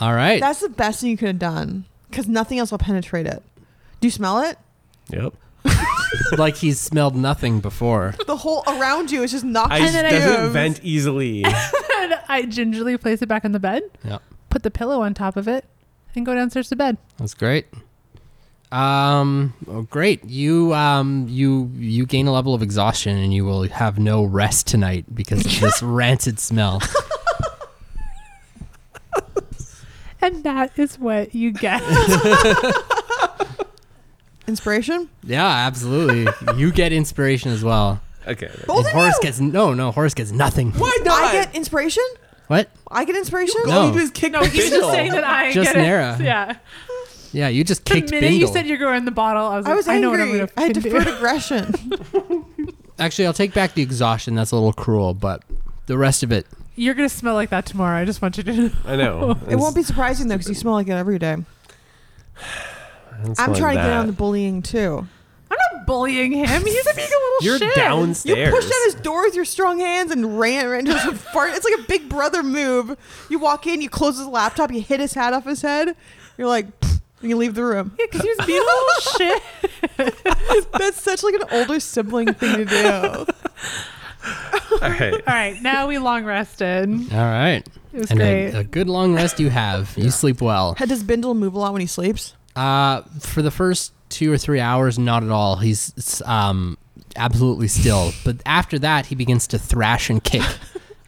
D: All right.
A: That's the best thing you could have done because nothing else will penetrate it. Do you smell it?
C: Yep.
D: like he's smelled nothing before.
A: The whole around you is just not.
C: I
B: And
C: just
B: then I
C: doesn't
A: moved.
C: vent easily.
B: And I gingerly place it back on the bed.
D: Yeah.
B: Put the pillow on top of it, and go downstairs to bed.
D: That's great. Um, oh, great. You um, you you gain a level of exhaustion, and you will have no rest tonight because of this rancid smell.
B: And that is what you get.
A: Inspiration?
D: Yeah, absolutely. you get inspiration as well.
C: okay.
B: Oh,
A: Both
D: and
A: of
D: Horace
A: you?
D: gets no, no. Horace gets nothing.
C: Why
A: I get inspiration?
D: What?
A: I get inspiration?
D: go- No.
C: All you do is kick the
B: He's
C: bindle.
B: just saying that I
D: Just
B: get
D: Nara.
B: it. Yeah.
D: Yeah, you just
B: The
D: kicked
B: minute you
D: Bindle.
B: said you're going in the bottle, I was like,
A: I was
B: know what I'm
A: angry.
B: going
A: I,
B: to do.
A: deferred aggression.
D: Actually, I'll take back the exhaustion. That's a little cruel, but the rest of it.
B: You're going to smell like that tomorrow. I just want you to know.
C: I know.
A: it won't be surprising though because you smell like it every day. I'm trying to get on the bullying too.
B: I'm not bullying him. He's being a little
C: You're
B: shit.
C: downstairs.
A: You pushed out his door with your strong hands and ran right into his fart. It's like a big brother move. You walk in, you close his laptop, you hit his hat off his head. You're like, "Pfft," and you leave the room.
B: Because he was being a little shit.
A: That's such like an older sibling thing to do.
C: All right.
B: All right. Now we long rested.
D: All right,
B: It was
D: and uh,
B: great.
D: a, a good long rest you have. You sleep well.
A: Had Does Bindle move a lot when he sleeps?
D: Uh, for the first two or three hours, not at all. He's s- um absolutely still, but after that, he begins to thrash and kick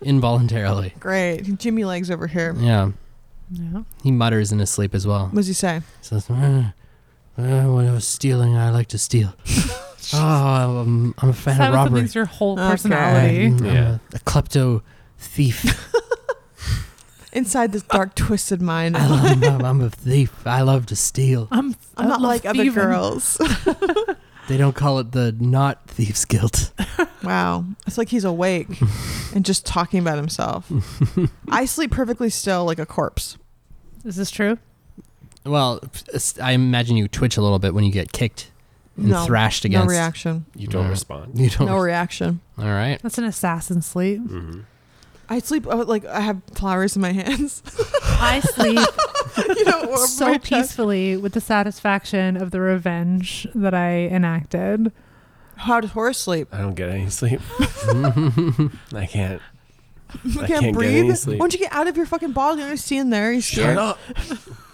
D: involuntarily.
A: Great. Jimmy legs over here.
D: Yeah,
B: yeah.
D: he mutters in his sleep as well.
A: What does he say?
D: Says, "Uh, uh, when I was stealing, I like to steal. oh, I'm, I'm a fan
B: Silence
D: of robbery. Mm.
B: something's your whole
A: Okay.
B: personality.
D: I'm- I'm
C: Yeah.
D: a, a klepto thief.
A: Inside this dark, twisted mind.
D: I love, I'm, I'm a thief. I love to steal.
B: I'm,
A: I'm not like other girls.
D: They don't call it the not thieves guilt.
A: Wow. It's like he's awake and just talking about himself. I sleep perfectly still like a corpse.
B: Is this true?
D: Well, I imagine you twitch a little bit when you get kicked and
A: No.
D: thrashed
A: No
D: against.
A: reaction.
C: You don't
D: Yeah.
C: respond.
D: You don't.
A: No reaction.
D: All right.
B: That's an assassin sleep.
C: Mm-hmm.
A: I sleep uh, like I have flowers in my hands.
B: I sleep
A: you know, over my
B: so
A: chest.
B: peacefully with the satisfaction of the revenge that I enacted.
A: How does Horace sleep?
C: I don't get any sleep. I can't.
A: You
C: I
A: can't,
C: can't get
A: breathe.
C: any sleep.
A: Why don't you get out of your fucking bottle? You don't see in there. You scared.
C: up.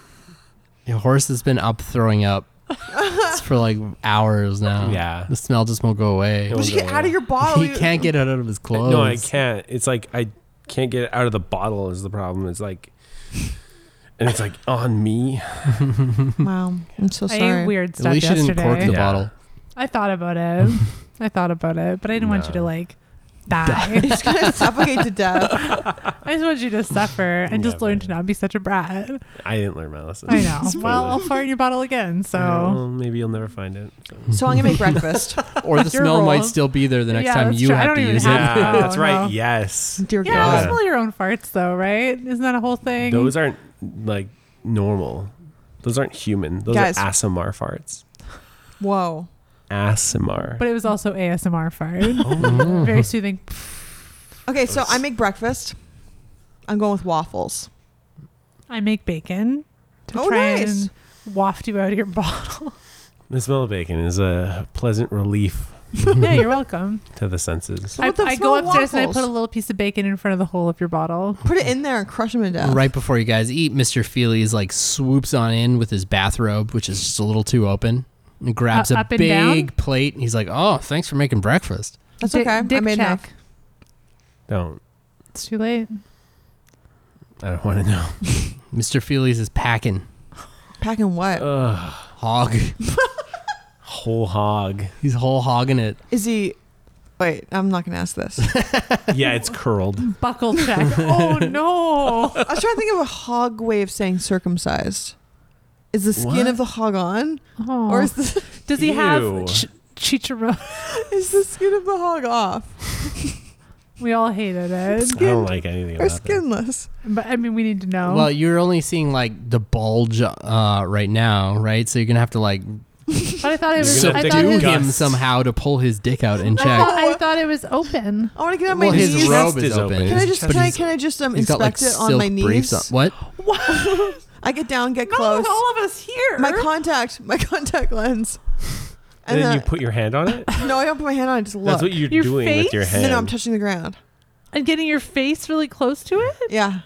D: Your horse has been up throwing up It's for like hours now.
C: Yeah.
D: The smell just won't go away.
C: It
A: Why
C: won't
A: don't you get
C: Don't
A: out of
C: worry.
A: your
B: Oh,
A: bottle?
D: he
A: You-
D: can't get it out of his clothes.
C: No, I can't. It's like I can't get it out of the bottle is the problem. It's like and it's like on me.
A: Wow. I'm so
B: I ate
A: sorry.
B: weird
D: At
B: stuff
D: least you didn't cork
B: yesterday.
D: the
C: Yeah.
D: bottle.
B: I thought about it. I thought about it, but I didn't want you to
C: No.
B: like die.
A: He's gonna suffocate to death.
B: I just want you to suffer and just
C: Yeah,
B: learn
C: man.
B: to not be such a brat.
C: I didn't learn my lesson.
B: I know.
C: Spoiler.
B: well, I'll fart in your bottle again. So
A: oh
C: Well, maybe you'll never find it. so.
A: So I'm gonna make breakfast.
D: Or the
B: Your
D: smell might
B: roll.
D: still be there the next
B: Yeah,
D: time
B: that's
D: you
B: true. I
D: have
B: don't
D: to
B: even
D: use
B: have-
D: it.
C: Yeah,
B: Oh,
C: that's right.
B: no.
C: Yes.
A: Dear
B: yeah,
A: God.
C: Yeah.
B: smell your own farts though, right? Isn't that a whole thing?
C: Those aren't like normal. Those aren't human. Those
A: Guys.
C: are ASMR farts.
A: Whoa.
C: ASMR.
B: but it was also ASMR
C: Oh.
A: Mm.
B: fart. Very soothing.
A: Okay, so I make breakfast. I'm going with waffles.
B: I make bacon to
A: Oh,
B: try
A: nice.
B: and waft you out of your bottle.
C: the smell of bacon is a pleasant relief
B: yeah, you're welcome.
C: to the senses.
A: What
B: I,
A: the
B: I
A: smell
B: go
A: of
B: upstairs and I
A: waffles?
B: put a little piece of bacon in front of the hole of your bottle.
A: Put it in there and crush him to death.
D: Right before you guys eat, Mr. Feely's like swoops on in with his bathrobe, which is just a little too open, and grabs
B: Uh,
D: a
B: up and
D: big
B: down?
D: plate. And he's like, "Oh, thanks for making breakfast."
A: That's
B: Dick-
A: okay. I
B: dick
A: made
B: check.
A: enough.
C: Don't.
B: It's too late.
C: I don't want to know.
D: Mr. Feely's is packing
A: Packing what? Is
C: Ugh,
D: hog.
C: whole hog.
D: He's whole hogging it.
A: he Wait, I'm not gonna ask this.
C: Yeah, it's curled.
B: Buckle check. oh
A: I
B: no.
A: was trying to think of a hog way of saying circumcised. Is the skin
C: What?
A: of the hog on,
B: Oh.
A: or is the
B: Does he
C: Ew.
B: have ch- chicharron?
A: is the skin of the hog off
B: We all hated it,
C: I don't like anything
A: or
C: about it.
A: skinless?
B: but I mean, we need to know.
D: Well, you're only seeing like the bulge uh, right now, right? So you're gonna have to like
B: but I thought it was.
C: You're gonna
B: I
C: have
B: thought
C: to
B: it
D: subdue
C: do
B: was.
C: gut
D: him
C: Guts.
D: somehow to pull his dick out and
B: I
D: check.
B: thought, I thought it was open.
A: I want to get on my
D: Well,
A: knees.
D: his robe
C: Chest
D: is
C: is
D: open.
C: open.
A: Can I just
D: But
A: can I,
D: he's-
A: can I just um,
D: he's
A: inspect
D: got like
A: it on
D: silk
A: my
D: briefs
A: knees?
D: on- What?
A: I get down, get close.
B: of us here.
A: my contact, my contact lens. uh,
C: And, then you
A: I-
C: put your hand on it.
A: no, I don't put my hand on it. Just look.
C: That's what you're
B: Your
C: doing with your
B: face?
C: hand.
A: no, no, I'm touching the ground.
B: and getting your face really close to it.
A: Yeah,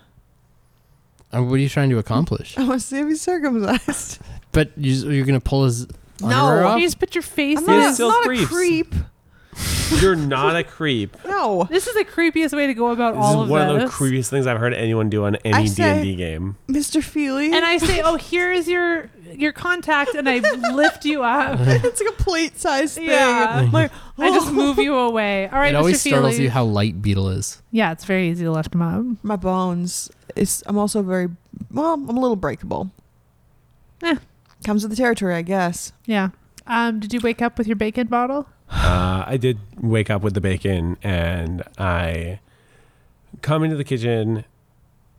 D: Uh, What are you trying to accomplish?
A: I want to see if he's circumcised.
D: But you, you're gonna pull his
A: No.
D: underwear
B: You
D: off?
B: just put your face.
A: I'm
B: in
A: not,
C: His
A: a-
B: it.
C: silk
A: not a
C: briefs.
A: creep.
C: You're not a creep.
A: No,
B: This is the creepiest way to go about
C: This
B: all
C: is
B: of
C: one
B: this.
C: of the creepiest things I've heard anyone do on
A: I
C: any D
A: say-
C: and D game.
A: Mr. Feely.
B: and I say, "Oh, here is your your contact," and I lift you up.
A: it's like a plate size thing.
B: Yeah.
A: Like,
B: I just move you away. All right,
D: it always
B: Mr.
D: startles
B: Feely.
D: you how light Beetle is.
B: yeah, it's very easy to lift him up.
A: my bones. It's, I'm also very well. I'm a little breakable.
B: Eh.
A: Comes with the territory, I guess.
B: Yeah. Um, did you wake up with your bacon bottle?
C: Uh, I did wake up with the bacon and I come into the kitchen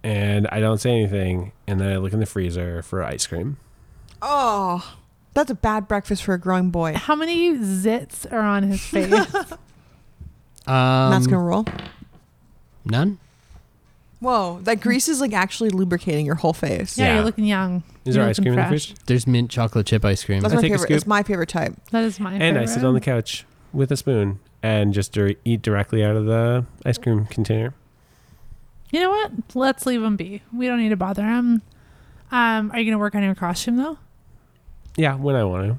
C: and I don't say anything. And then I look in the freezer for ice cream.
A: Oh, that's a bad breakfast for a growing boy.
B: How many zits are on his face?
D: Um,
A: Matt's gonna roll.
D: none.
A: Whoa, that grease is like actually lubricating your whole face.
B: yeah,
C: Yeah.
B: you're looking young.
C: Is
B: You're
C: there ice
B: looking
C: cream in the
B: fresh.
C: fridge?
D: There's mint chocolate chip ice cream.
A: That's
C: I
A: my
C: take a
A: favorite. It's
C: scoop.
A: my favorite type.
B: That is my
C: And I sit on the couch with a spoon and just dir- eat directly out of the ice cream container.
B: You know what? Let's leave him be. We don't need to bother him. Um, are you gonna work on your costume though?
C: Yeah, when I want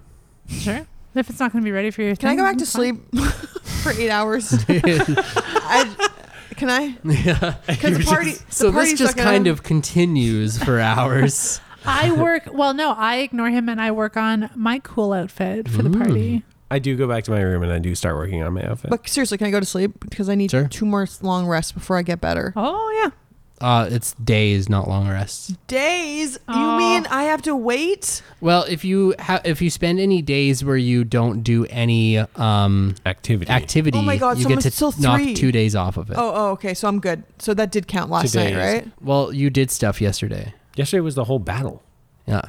C: to.
B: Sure. If it's not gonna be ready for your
A: Can I
B: thing,
A: go back to
B: that's fine.
A: sleep for eight hours? I, can I?
D: yeah.
A: Because the party. The
D: So this
A: party's
D: just
A: not gonna-
D: kind of continues for hours.
B: I work. Well, no, I ignore him and I work on my cool outfit for the party.
C: I do go back to my room and I do start working on my outfit.
A: But seriously, can I go to sleep? Because I need
D: Sure.
A: two more long rests before I get better.
B: Oh yeah.
D: Uh, it's days, not long rests.
A: Days?
B: Aw.
A: You mean I have to wait?
D: Well, if you ha- if you spend any days where you don't do any um,
C: Activity.
D: activity,
A: Oh my God,
D: you
A: so
D: get
A: it's
D: to
A: still
D: knock
A: three.
D: two days off of it.
A: Oh, oh, okay. So I'm good. So that did count last night,
C: Today is-
A: right?
D: Well, you did stuff yesterday.
C: Yesterday was the whole battle.
D: Yeah,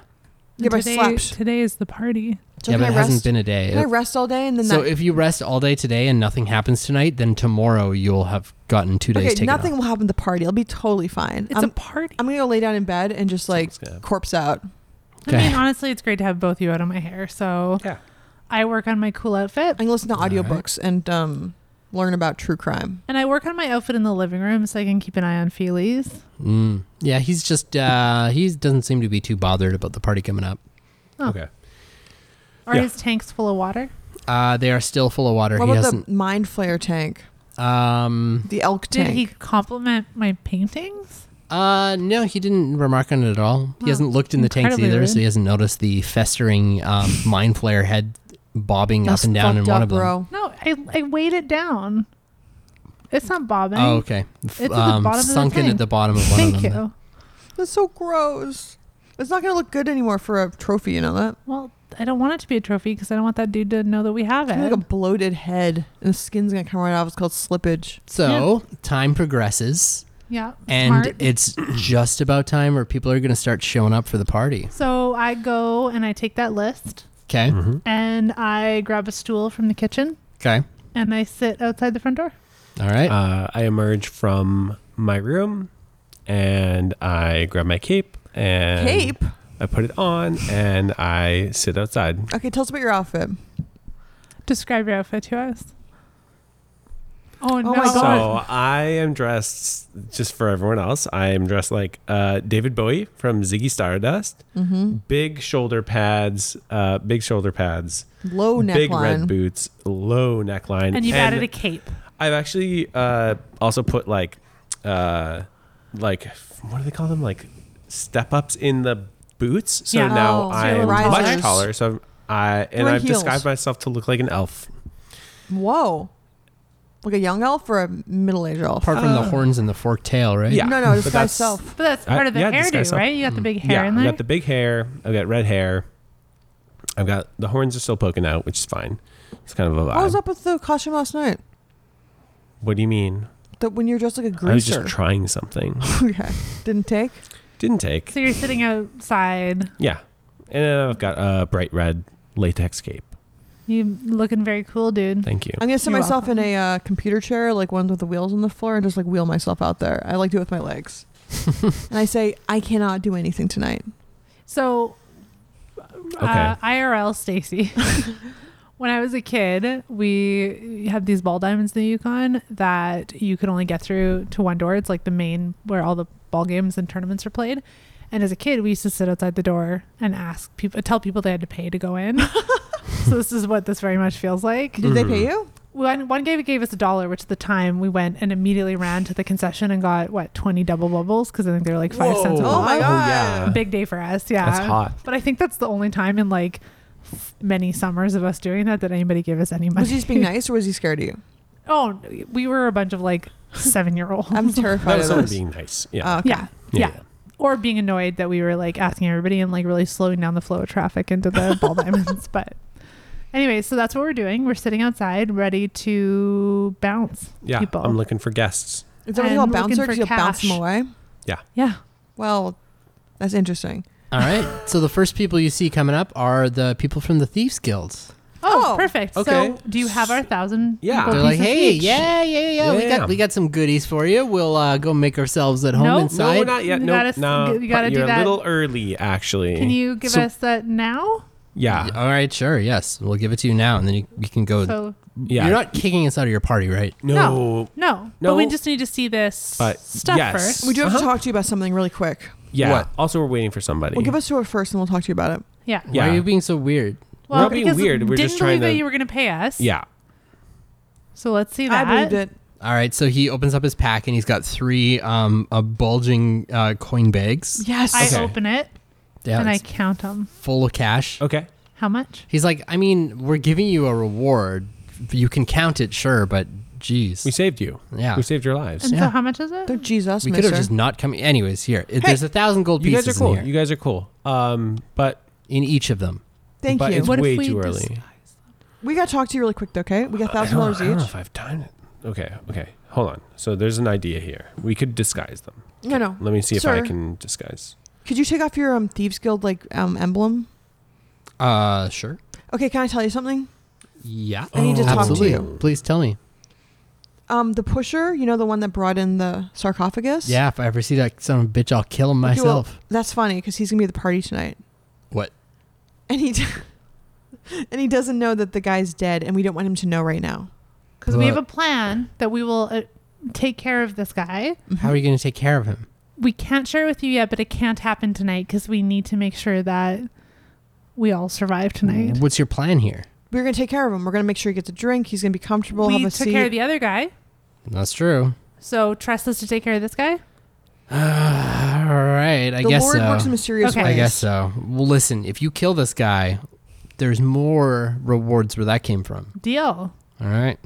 A: Yeah, but I
B: today,
A: slept.
B: today is the party.
A: So
D: yeah,
A: can
D: but it
A: I
D: hasn't
A: rest?
D: been a day.
A: Can I rest all day and then
D: so
A: that?
D: if you rest all day today and nothing happens tonight, then tomorrow you'll have gotten two days
A: okay,
D: taken
A: nothing
D: off.
A: will happen at the party. I'll be totally fine.
B: It's
A: I'm,
B: a party.
A: I'm gonna go lay down in bed and just like
C: Sounds good.
A: corpse out.
B: I
D: Okay.
B: mean, honestly, it's great to have both you out of my hair. So
C: Yeah.
B: I work on my cool outfit
A: I can listen to
D: right.
A: audiobooks and um, learn about true crime.
B: and I work on my outfit in the living room so I can keep an eye on Feelies.
D: Mm. Yeah, he's just uh, he doesn't seem to be too bothered about the party coming up.
B: Oh.
C: Okay.
B: Are
C: Yeah.
B: his tanks full of water?
D: Uh, they are still full of water.
A: What
D: he
A: about
D: hasn't.
A: the mind flayer tank?
D: um,
A: The elk
B: Did
A: tank.
B: he compliment my paintings?
D: Uh, no, he didn't remark on it at all.
B: Wow.
D: He hasn't looked in the tanks
B: Incredibly
D: either,
B: rude.
D: so he hasn't noticed the festering um, mind flare head bobbing
A: That's
D: up and down in
A: fucked
D: one
A: up,
D: of them.
A: bro.
B: No, I, I weighed it down. It's not bobbing.
D: Oh, okay. F-
B: at the bottom of the
D: sunken
B: thing.
D: at the bottom of one of
B: Thank
D: them.
B: you.
A: That's so gross. It's not gonna look good anymore for a trophy. You know that?
B: Well, I don't want it to be a trophy because I don't want that dude to know that we have
A: It's like a
B: it.
A: bloated head, and the skin's gonna come right off. It's called slippage.
D: So time progresses,
B: Yeah.
D: and
B: smart.
D: it's just about time where people are going to start showing up for the party.
B: so I go and I take that list
D: Okay.
C: Mm-hmm.
B: and I grab a stool from the kitchen
D: Okay.
B: and I sit outside the front door.
D: All
A: Eh.
D: right.
C: Uh, I emerge from my room and I grab my cape and
A: Cape.
C: I put it on and I sit outside.
A: Okay, tell us about your outfit.
B: Describe your outfit to us. Oh, no.
A: my God.
C: So I am dressed just for everyone else. I am dressed like uh, David Bowie from Ziggy Stardust. Big shoulder pads, uh, big shoulder pads,
A: Low neckline.
C: big red boots, low neckline,
B: and you've added a cape.
C: I've actually uh, also put like, uh, like what do they call them? Like step ups in the boots. So
B: Yeah.
C: now
A: Oh. So
C: I'm
A: you're
B: a
C: much
A: riser.
C: taller. So I'm, I and
A: Wearing
C: I've
A: heels.
C: disguised myself to look like an elf.
A: Whoa. Like a young elf or a middle aged elf?
D: Apart from
B: uh.
D: the horns and the forked tail, right?
C: Yeah.
A: No, no,
C: But
A: just by
C: that's-
A: itself.
B: But that's
C: I-
B: part of the
C: Uh, yeah,
B: hairdo,
C: disguise self.
B: right? You got the big hair
C: Mm. yeah,
B: in
C: I've
B: there.
C: got the big hair. I've got red hair. I've got the horns are still poking out, which is fine. It's kind of a
A: What
C: vibe.
A: was up with the costume last night?
C: What do you mean?
A: That when you're dressed like a
C: I was just
A: greaser.
C: trying something.
A: okay. Didn't take.
C: Didn't take.
B: so you're sitting outside.
C: Yeah. And then I've got a bright red latex cape.
B: You looking very cool, dude.
C: Thank you.
A: I'm gonna sit
B: You're
A: myself in a uh, computer chair, like one with the wheels on the floor, and just like wheel myself out there. I like to do it with my legs. and I say, I cannot do anything tonight.
B: So, uh, IRL Stacy. when I was a kid, we had these ball diamonds in the Yukon that you could only get through to one door. It's like the main where all the ball games and tournaments are played. And as a kid, we used to sit outside the door and ask people, tell people they had to pay to go in. so this is what this very much feels like.
A: Did they pay
C: Mm.
A: you?
B: One, one gave gave us a dollar, which at the time we went and immediately ran to the concession and got what twenty double bubbles because I think they were like five cents a
A: Oh
B: pop.
A: my
C: yeah.
B: Big day for us, yeah.
C: That's hot.
B: But I think that's the only time in like f- many summers of us doing that that anybody gave us any money.
A: Was he just being nice, or was he scared of you?
B: oh, we were a bunch of like seven year olds.
A: I'm
C: That
A: terrified
C: was
A: of
C: someone
A: this.
C: being nice. Yeah.
A: Oh, okay.
B: yeah, yeah,
C: Yeah.
B: Or being annoyed that we were like asking everybody and like really slowing down the flow of traffic into the ball diamonds. But anyway, so that's what we're doing. We're sitting outside, ready to bounce.
C: yeah.
B: people.
C: I'm looking for guests.
A: Is that what you call
B: I'm looking
A: bouncer?
B: for
A: 'Cause you'll bounce them
B: cash.
A: away.
B: yeah.
A: Well, that's interesting.
D: All right. So the first people you see coming up are the people from the Thieves Guild.
B: Oh,
A: Oh,
B: perfect.
C: okay.
B: So, do you have our thousand?
C: Yeah.
B: gold
D: They're like,
B: pieces
D: hey,
B: each?
D: yeah, yeah, yeah, we
C: Yeah.
D: got we got some goodies for you. We'll uh, go make ourselves at home
B: Nope. No,
D: inside.
C: No, not yet.
B: You
C: No,
B: gotta-
C: no.
B: you gotta do
C: You're
B: that.
C: a little early, actually.
B: Can you give
C: So-
B: us that now?
C: Yeah.
D: All right, sure, yes, we'll give it to you now, and then you, you can go.
B: So
C: Yeah.
D: You're not kicking us out of your party, right?
C: no.
B: No. no, but
C: No.
B: we just need to see this
C: But
B: stuff
C: yes.
B: first.
A: We do have to
C: Uh-huh.
A: talk to you about something really quick.
C: Yeah.
D: What?
C: Also, we're waiting for somebody.
A: Well, give us to it first, and we'll talk to you about it.
B: Yeah.
D: Why
C: Yeah.
D: are you being so weird?
C: We're not being
B: because
C: weird. We're
B: didn't
C: just trying
B: believe that
C: to-
B: you were going to pay us.
C: yeah.
B: So let's see that.
A: I believed it.
D: All right, so he opens up his pack and he's got three um, uh, bulging uh, coin bags.
A: Yes.
B: I
C: Okay.
B: open it
D: Yeah,
B: and I
D: it's
B: count them.
D: full of cash.
C: Okay.
B: How much?
D: He's like, I mean, we're giving you a reward. You can count it, sure, but geez,
C: We saved you.
D: Yeah.
C: We saved your lives.
B: And so
D: Yeah.
B: how much is it?
A: Don't Jesus,
D: we could
A: mister.
D: have just not come. Anyways, here, it- there's a thousand gold
C: You
D: pieces
C: guys are cool.
D: in
C: You
D: here
C: guys are cool. Um, but
D: in each of them.
A: Thank
C: but
A: you.
C: it's
B: What if
C: way
B: we
C: too
B: dis-
C: early.
A: we got to talk to you really quick, though, okay? We got
C: Uh, I
A: thousand
C: don't,
A: dollars
C: I don't know
A: each.
C: if I've done it. Okay. Okay. Hold on. So there's an idea here. We could disguise them.
A: No, no.
C: Let me see if I
A: Sir.
C: can disguise.
A: Could you take off your um, thieves guild like um, emblem?
D: Uh, sure.
A: Okay, can I tell you something?
D: Yeah.
A: I need to talk
D: Absolutely.
A: to you.
D: Please tell me.
A: Um, the pusher, you know, the one that brought in the sarcophagus.
D: Yeah, if I ever see that son of a bitch, I'll kill him
A: Okay, well,
D: myself.
A: that's funny because he's gonna be at the party tonight,
D: what?
A: and he, d- and he doesn't know that the guy's dead, and we don't want him to know right now.
B: Because we have a
D: Look.
B: plan that we will uh, take care of this guy.
A: Mm-hmm.
D: How are you going to take care of him?
B: We can't share it with you yet, but it can't happen tonight because we need to make sure that we all survive tonight.
D: What's your plan here?
A: We're gonna take care of him. We're gonna make sure he gets a drink. He's gonna be comfortable.
B: we
A: have a
B: took
A: seat.
B: care of the other guy,
D: That's true.
B: so trust us to take care of this guy.
D: all right, I
A: The
D: guess
A: Lord
D: so.
C: uh,
A: works in mysterious
B: Okay.
A: ways.
D: I guess so. Well, listen, if you kill this guy, there's more rewards where that came from.
B: Deal.
D: All right.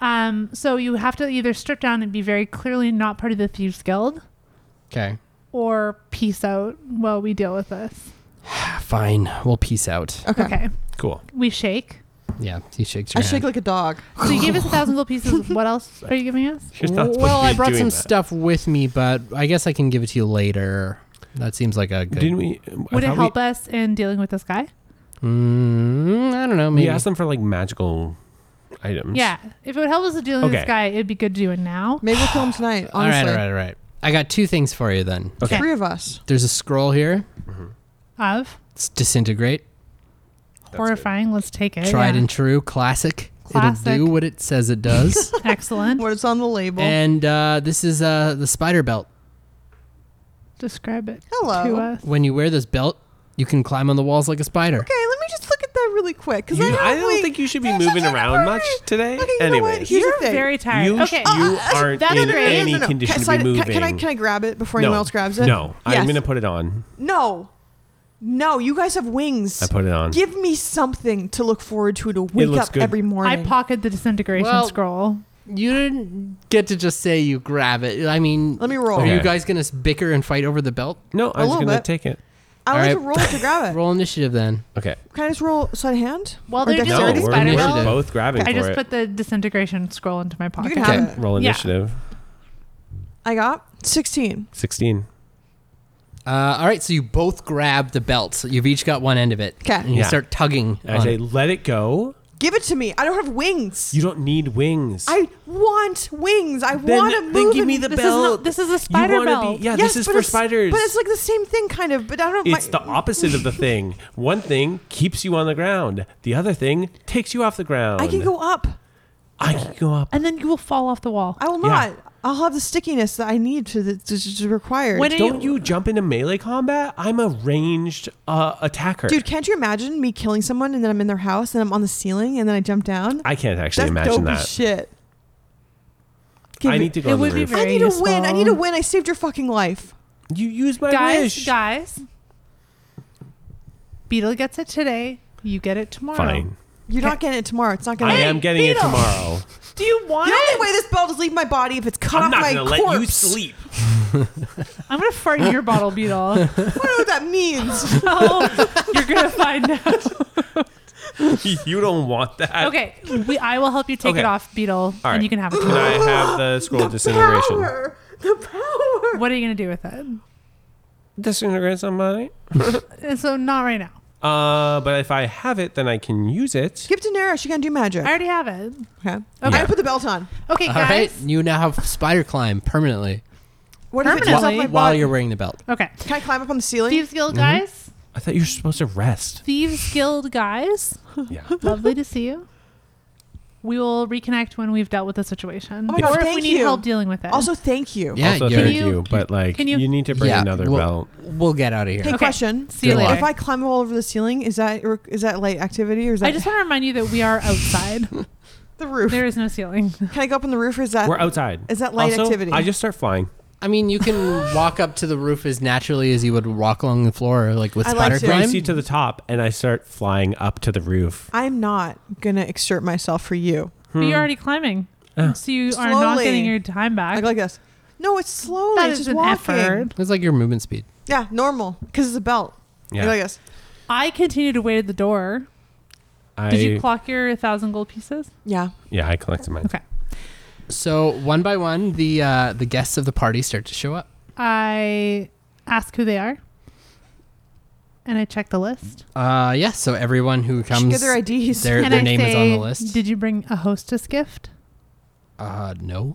B: Um, so you have to either strip down and be very clearly not part of the Thieves Guild
D: Okay.
B: or peace out while we deal with this.
D: Fine. We'll peace out.
A: Okay.
B: Okay.
C: Cool.
B: We shake.
D: Yeah, he shakes
A: I
D: your
A: shake
D: hand.
A: like a dog.
B: So you gave us a thousand gold pieces. What else are you giving us?
C: You're not supposed
D: well,
C: to be
D: I brought
C: doing
D: some
C: that.
D: stuff with me, but I guess I can give it to you later. That seems like a good.
C: Didn't we? I
B: Would it
C: thought
B: help us in dealing with this guy?
D: Mm, I don't know.
C: We,
D: Maybe.
C: we asked them for like magical items.
B: Yeah. If it would help us in dealing with this
C: Okay.
B: guy, it'd be good to do it now.
A: Maybe we'll kill him tonight.
D: all right.
A: Honestly,
D: All right. All right. I got two things for you then.
C: Okay.
A: three of us.
D: There's a scroll here.
B: Of
D: It's disintegrate.
C: good.
B: horrifying. Let's take it.
D: Tried
B: yeah.
D: and true. Classic.
B: Classic.
D: It'll do what it says it does.
B: Excellent.
A: What is on the label?
D: and uh, this is uh, the spider belt.
B: Describe it
A: Hello.
B: to us.
D: When you wear this belt, you can climb on the walls like a spider.
A: Okay, let me just look at that really quick because
C: You-
A: I don't,
C: I don't
A: wait,
C: think you should be
A: there's
C: moving
A: such an
C: around much
A: array.
C: today.
A: Okay, you know what?
C: Anyways.
A: Here's the
B: You're
A: thing.
B: very tired.
C: You,
B: okay.
C: you aren't
B: that's
C: in
B: great.
C: any
A: No, no, no.
C: condition
A: Can-
C: to
A: sorry,
C: be
A: can-
C: moving.
A: Can I can I grab it before
C: no.
A: anyone else grabs it?
C: No,
A: Yes.
C: I'm gonna put it on.
A: No, no. You guys have wings.
C: I put it on.
A: Give me something to look forward to to wake
C: looks
A: up
C: good.
A: every morning.
B: I pocket the disintegration
D: Well-
B: scroll.
D: You didn't get to just say you grab it. I mean,
A: Let me roll.
D: Are you
C: Okay.
D: guys gonna s- bicker and fight over the belt?
C: No, I'm just
A: little
C: gonna
A: bit.
C: take it.
A: I
D: All
A: like to
D: right.
A: roll it to grab it.
D: Roll initiative then.
C: Okay.
A: Can I just roll sleight of hand?
B: Well,
A: Or
B: they're just
C: No,
B: already
A: dexterity?
C: we're,
B: spider
C: we're
B: roll?
C: both grabbing
B: I
C: for
B: just
C: it.
B: put the disintegration scroll into my pocket.
A: can have it.
C: Roll
B: Yeah.
C: initiative.
A: I got 16.
C: Sixteen.
D: Uh, all right, so you both grab the belt. So you've each got one end of it.
A: 'Kay.
D: And you
C: Yeah.
D: start tugging.
C: I
D: on
C: say,
D: it.
C: let it go.
A: Give it to me. I don't have wings.
C: You don't need wings.
A: I want wings. I
C: Then-
A: want to
C: then
A: move.
C: give
A: and-
C: me the
B: This
C: belt.
B: is, not, this is a spider
C: wanna
B: belt.
C: Be, yeah,
A: Yes,
C: this is
A: but
C: for
A: it's-
C: spiders.
A: But it's like the same thing, kind of. But I don't.
C: It's
A: my-
C: the opposite of the thing. One thing keeps you on the ground. The other thing takes you off the ground.
A: I can go up.
C: I can go up.
B: And then you will fall off the wall.
A: I will
C: Yeah.
A: not. I'll have the stickiness that I need to the, to, to, to require.
B: When it-
C: Don't you jump into melee combat? I'm a ranged uh, attacker.
A: Dude, can't you imagine me killing someone and then I'm in their house and I'm on the ceiling and then I jump down?
C: I can't
A: That's
C: actually imagine
A: dope
C: that.
A: as shit. Give
C: I
A: me-
C: need to go
B: It
C: on the
B: would be
C: roof.
B: very-
A: I need to
B: useful.
A: win. I need to win. I saved your fucking life.
C: you use my
B: guys,
C: wish.
B: guys. Beetle gets it today. You get it tomorrow.
C: Fine.
A: You're not getting it tomorrow. It's not gonna.
C: I
A: Hey,
C: am getting it
B: Beetle!
C: tomorrow.
B: Do you want
A: The
B: it?
A: only way this belt is leaving my body if it's cut
C: I'm
A: off
C: not
A: my
C: gonna
A: corpse.
C: let you sleep.
B: I'm gonna fart in your bottle, Beetle.
A: I don't know what that means.
B: oh, you're gonna find out.
C: you don't want that.
B: Okay, we, I will help you take
C: Okay.
B: it off, Beetle,
C: All right.
B: and you can have it.
C: Can
B: Tomorrow.
C: I have the scroll of disintegration?
A: Power. The power.
B: What are you gonna do with it?
C: Disintegrate somebody?
B: Uh, So not right now.
C: Uh, but if I have it, then I can use it.
A: Give it to Nara. She can do magic.
B: I already have it.
A: Okay.
C: Okay.
A: I put the belt on.
B: Okay,
D: All right,
B: guys.
D: you now have spider climb permanently
A: What if it comes off
B: Permanently?
A: my
D: while, while
A: body?
D: you're wearing the belt.
B: Okay.
A: Can I climb up on the ceiling?
B: Thieves Guild
C: Mm-hmm.
B: guys.
C: I thought you were supposed to rest.
B: Thieves Guild guys.
C: Yeah.
B: Lovely to see you. We will reconnect when we've dealt with the situation.
A: Oh my God,
B: or if we
A: thank
B: need
A: you.
B: help dealing with it.
A: Also, thank you.
D: Yeah,
C: also,
D: you're-
C: thank
B: Can
C: you,
B: you-
C: but like,
B: can you-
C: you, need to bring
D: Yeah,
C: another
D: we'll-
C: belt.
D: We'll get out of here.
A: Hey,
B: Okay.
A: question.
B: See you
D: Good
B: later.
D: luck.
A: If I climb all over the ceiling, is that is that light activity or is that
B: I just want to remind you that we are outside.
A: the roof?
B: there is no ceiling.
A: Can I go up on the roof or is that
C: We're outside.
A: uh, is that light
C: also,
A: activity?
C: I just start flying.
D: I mean, you can walk up to the roof as naturally as you would walk along the floor, like with
A: I
D: spider
A: like to.
C: I
D: climb.
C: see to the top, and I start flying up to the roof.
A: I'm not gonna exert myself for you.
B: But
D: Hmm.
B: you're already climbing. So you are not
A: Slowly.
B: getting your time
A: I
B: back.
A: go like this. No, it's slowly.
B: That
A: it's
B: is
A: just
B: an
A: walking.
B: effort.
D: It's like your movement speed.
A: Yeah, normal because it's a belt. I go
C: Yeah.
A: like this.
B: I continue to wait at the door.
C: I,
B: Did you clock your thousand gold pieces?
A: Yeah.
C: yeah, I collected mine.
B: Okay.
D: So one by one, the uh, the guests of the party start to show up.
B: I ask who they are. And I check the list.
D: Uh, yeah, so everyone who
A: She should
D: comes,
A: get their IDs.
D: their,
B: and
D: their
B: I
D: name is on
B: say,
D: the list.
B: Did you bring a hostess gift?
D: uh, no.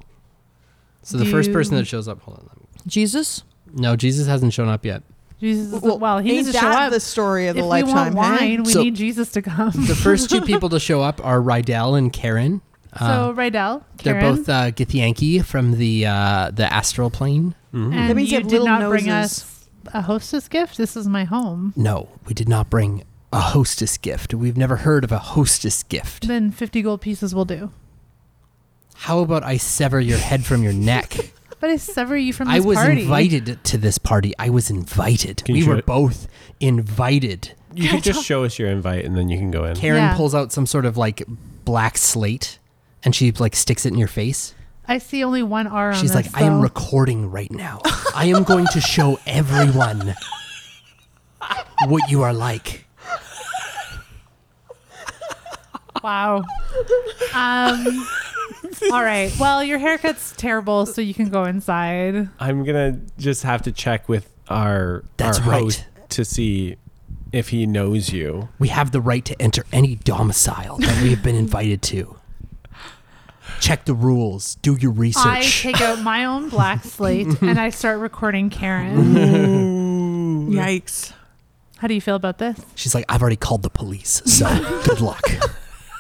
D: So
B: Do
D: the first
B: you-
D: person that shows up, hold on. let me-
A: Jesus.
D: No, Jesus hasn't shown up yet.
B: Jesus, is- well, he needs to
A: ain't
B: show
A: that
B: up.
A: The story of
B: if
A: the
B: we want
A: lifetime. hey?
B: wine, we
D: So-
B: need Jesus to come.
D: The first two people to show up are Rydell and Karen. Uh,
B: so Rydell,
D: they're
B: Karen,
D: both uh, Githyanki from the uh, the astral plane.
B: and
A: That means they
B: you
A: have
B: did
A: little
B: not bring
A: noses.
B: us a hostess gift. This is my home.
D: No, we did not bring a hostess gift. We've never heard of a hostess gift.
B: Then fifty gold pieces will do.
D: How about I sever your head from your neck?
B: But I sever you from this
D: I was
B: party.
D: invited to this party. I was invited.
C: Can you
D: we
C: show
D: were
C: it?
D: both invited.
C: You can just show us your invite, and then you can go in.
D: Karen
B: Yeah.
D: pulls out some sort of like black slate and she like sticks it in your face.
B: I see only one R on
D: She's like,
B: this,
D: I am
B: though.
D: recording right now. I am going to show everyone what you are like.
B: wow. Um. all right. Well, your haircut's terrible, so you can go inside.
C: I'm gonna just have to check with our
D: That's
C: our
D: right.
C: host to see if he knows you.
D: We have the right to enter any domicile that we have been invited to. Check the rules. Do your research.
B: I take out my own black slate and I start recording
D: Mm-hmm.
B: Karen.
A: Yikes.
B: How do you feel about this?
D: She's like, I've already called the police, so good luck.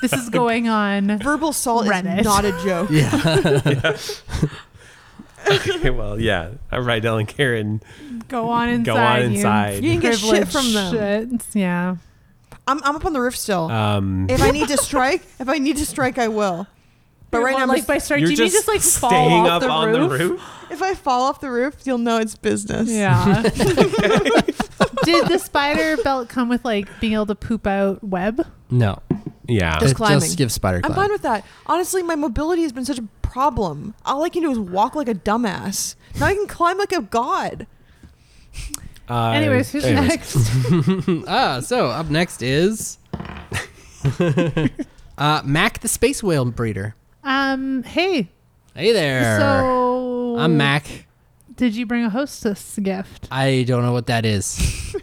B: This is going on
A: Verbal assault
B: Reddit.
A: is not a joke.
D: Yeah.
C: Okay, well, yeah, uh, Rydell and Karen
B: Go on inside.
C: go on
B: you
C: inside.
A: You didn't get shit
B: privileged
A: from them.
B: shits. Yeah.
A: I'm, I'm up on the roof still.
C: Um,
A: if I need to strike, if I need to strike, I will. But right now,
B: Well,
A: I'm
B: like
A: just-
B: by start,
C: you're
B: do you
C: just,
B: mean just like
C: staying
B: fall off
C: up
B: the
C: on
B: roof?
C: the roof.
A: if I fall off the roof, you'll know it's business.
B: Yeah. Did the spider belt come with like being able to poop out web?
D: No.
C: Yeah.
A: Just
D: It
A: climbing.
D: Just give spider
A: I'm
D: climb.
A: fine with that. Honestly, my mobility has been such a problem. All I can do is walk like a dumbass. Now I can climb like a god.
C: Uh,
B: Anyways, who's
C: anyways.
B: next?
D: ah, so up next is uh, Mac the space whale breeder.
B: um, hey.
D: Hey there.
B: So
D: I'm Mac.
B: Did you bring a hostess gift?
D: I don't know what that is.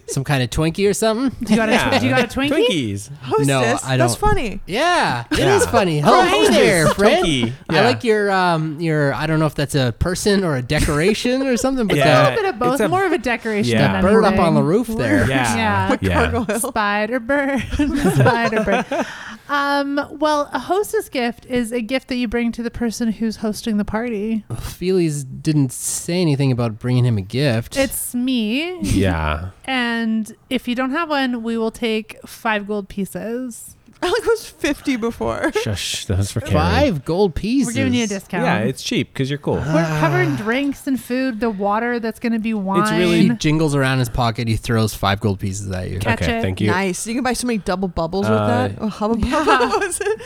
D: Some kind of Twinkie or something?
B: Do you got a,
C: Yeah.
B: do you got a Twinkie?
C: Twinkies.
A: Hostess.
D: No, I
A: That's
D: don't-
A: funny.
D: Yeah, it is
C: Yeah.
D: funny.
B: Oh,
D: Hello, hey there, friend.
C: Twinkie.
D: I
C: Yeah.
D: like your um your I don't know if that's a person or a decoration or something, but
B: A
C: Yeah.
B: little bit of both,
C: Uh, It's a-
B: more of a decoration
C: Yeah.
D: the
B: than
D: bird up
B: anything.
D: on the roof there.
C: Yeah.
B: Yeah.
A: Like
C: Yeah.
A: gargoyle.
B: Spider bird. Spider bird. Um, well, a hostess gift is a gift that you bring to the person who's hosting the party.
D: Feelies didn't say anything about bringing him a gift.
B: It's me.
C: Yeah.
B: And if you don't have one, we will take five gold pieces.
A: I like was 50 before.
C: Shush. That was for Carrie.
D: five gold pieces.
B: We're giving you a discount.
C: Yeah, it's uh, cheap because you're cool.
B: We're covering drinks and food, the water that's going to be wine.
C: really-
D: He jingles around his pocket. He throws five gold pieces at you.
B: Catch
C: okay,
B: it.
C: thank you.
A: Nice. You can buy so many double bubbles
C: Uh,
A: with that. Or hubba bubble. What was it?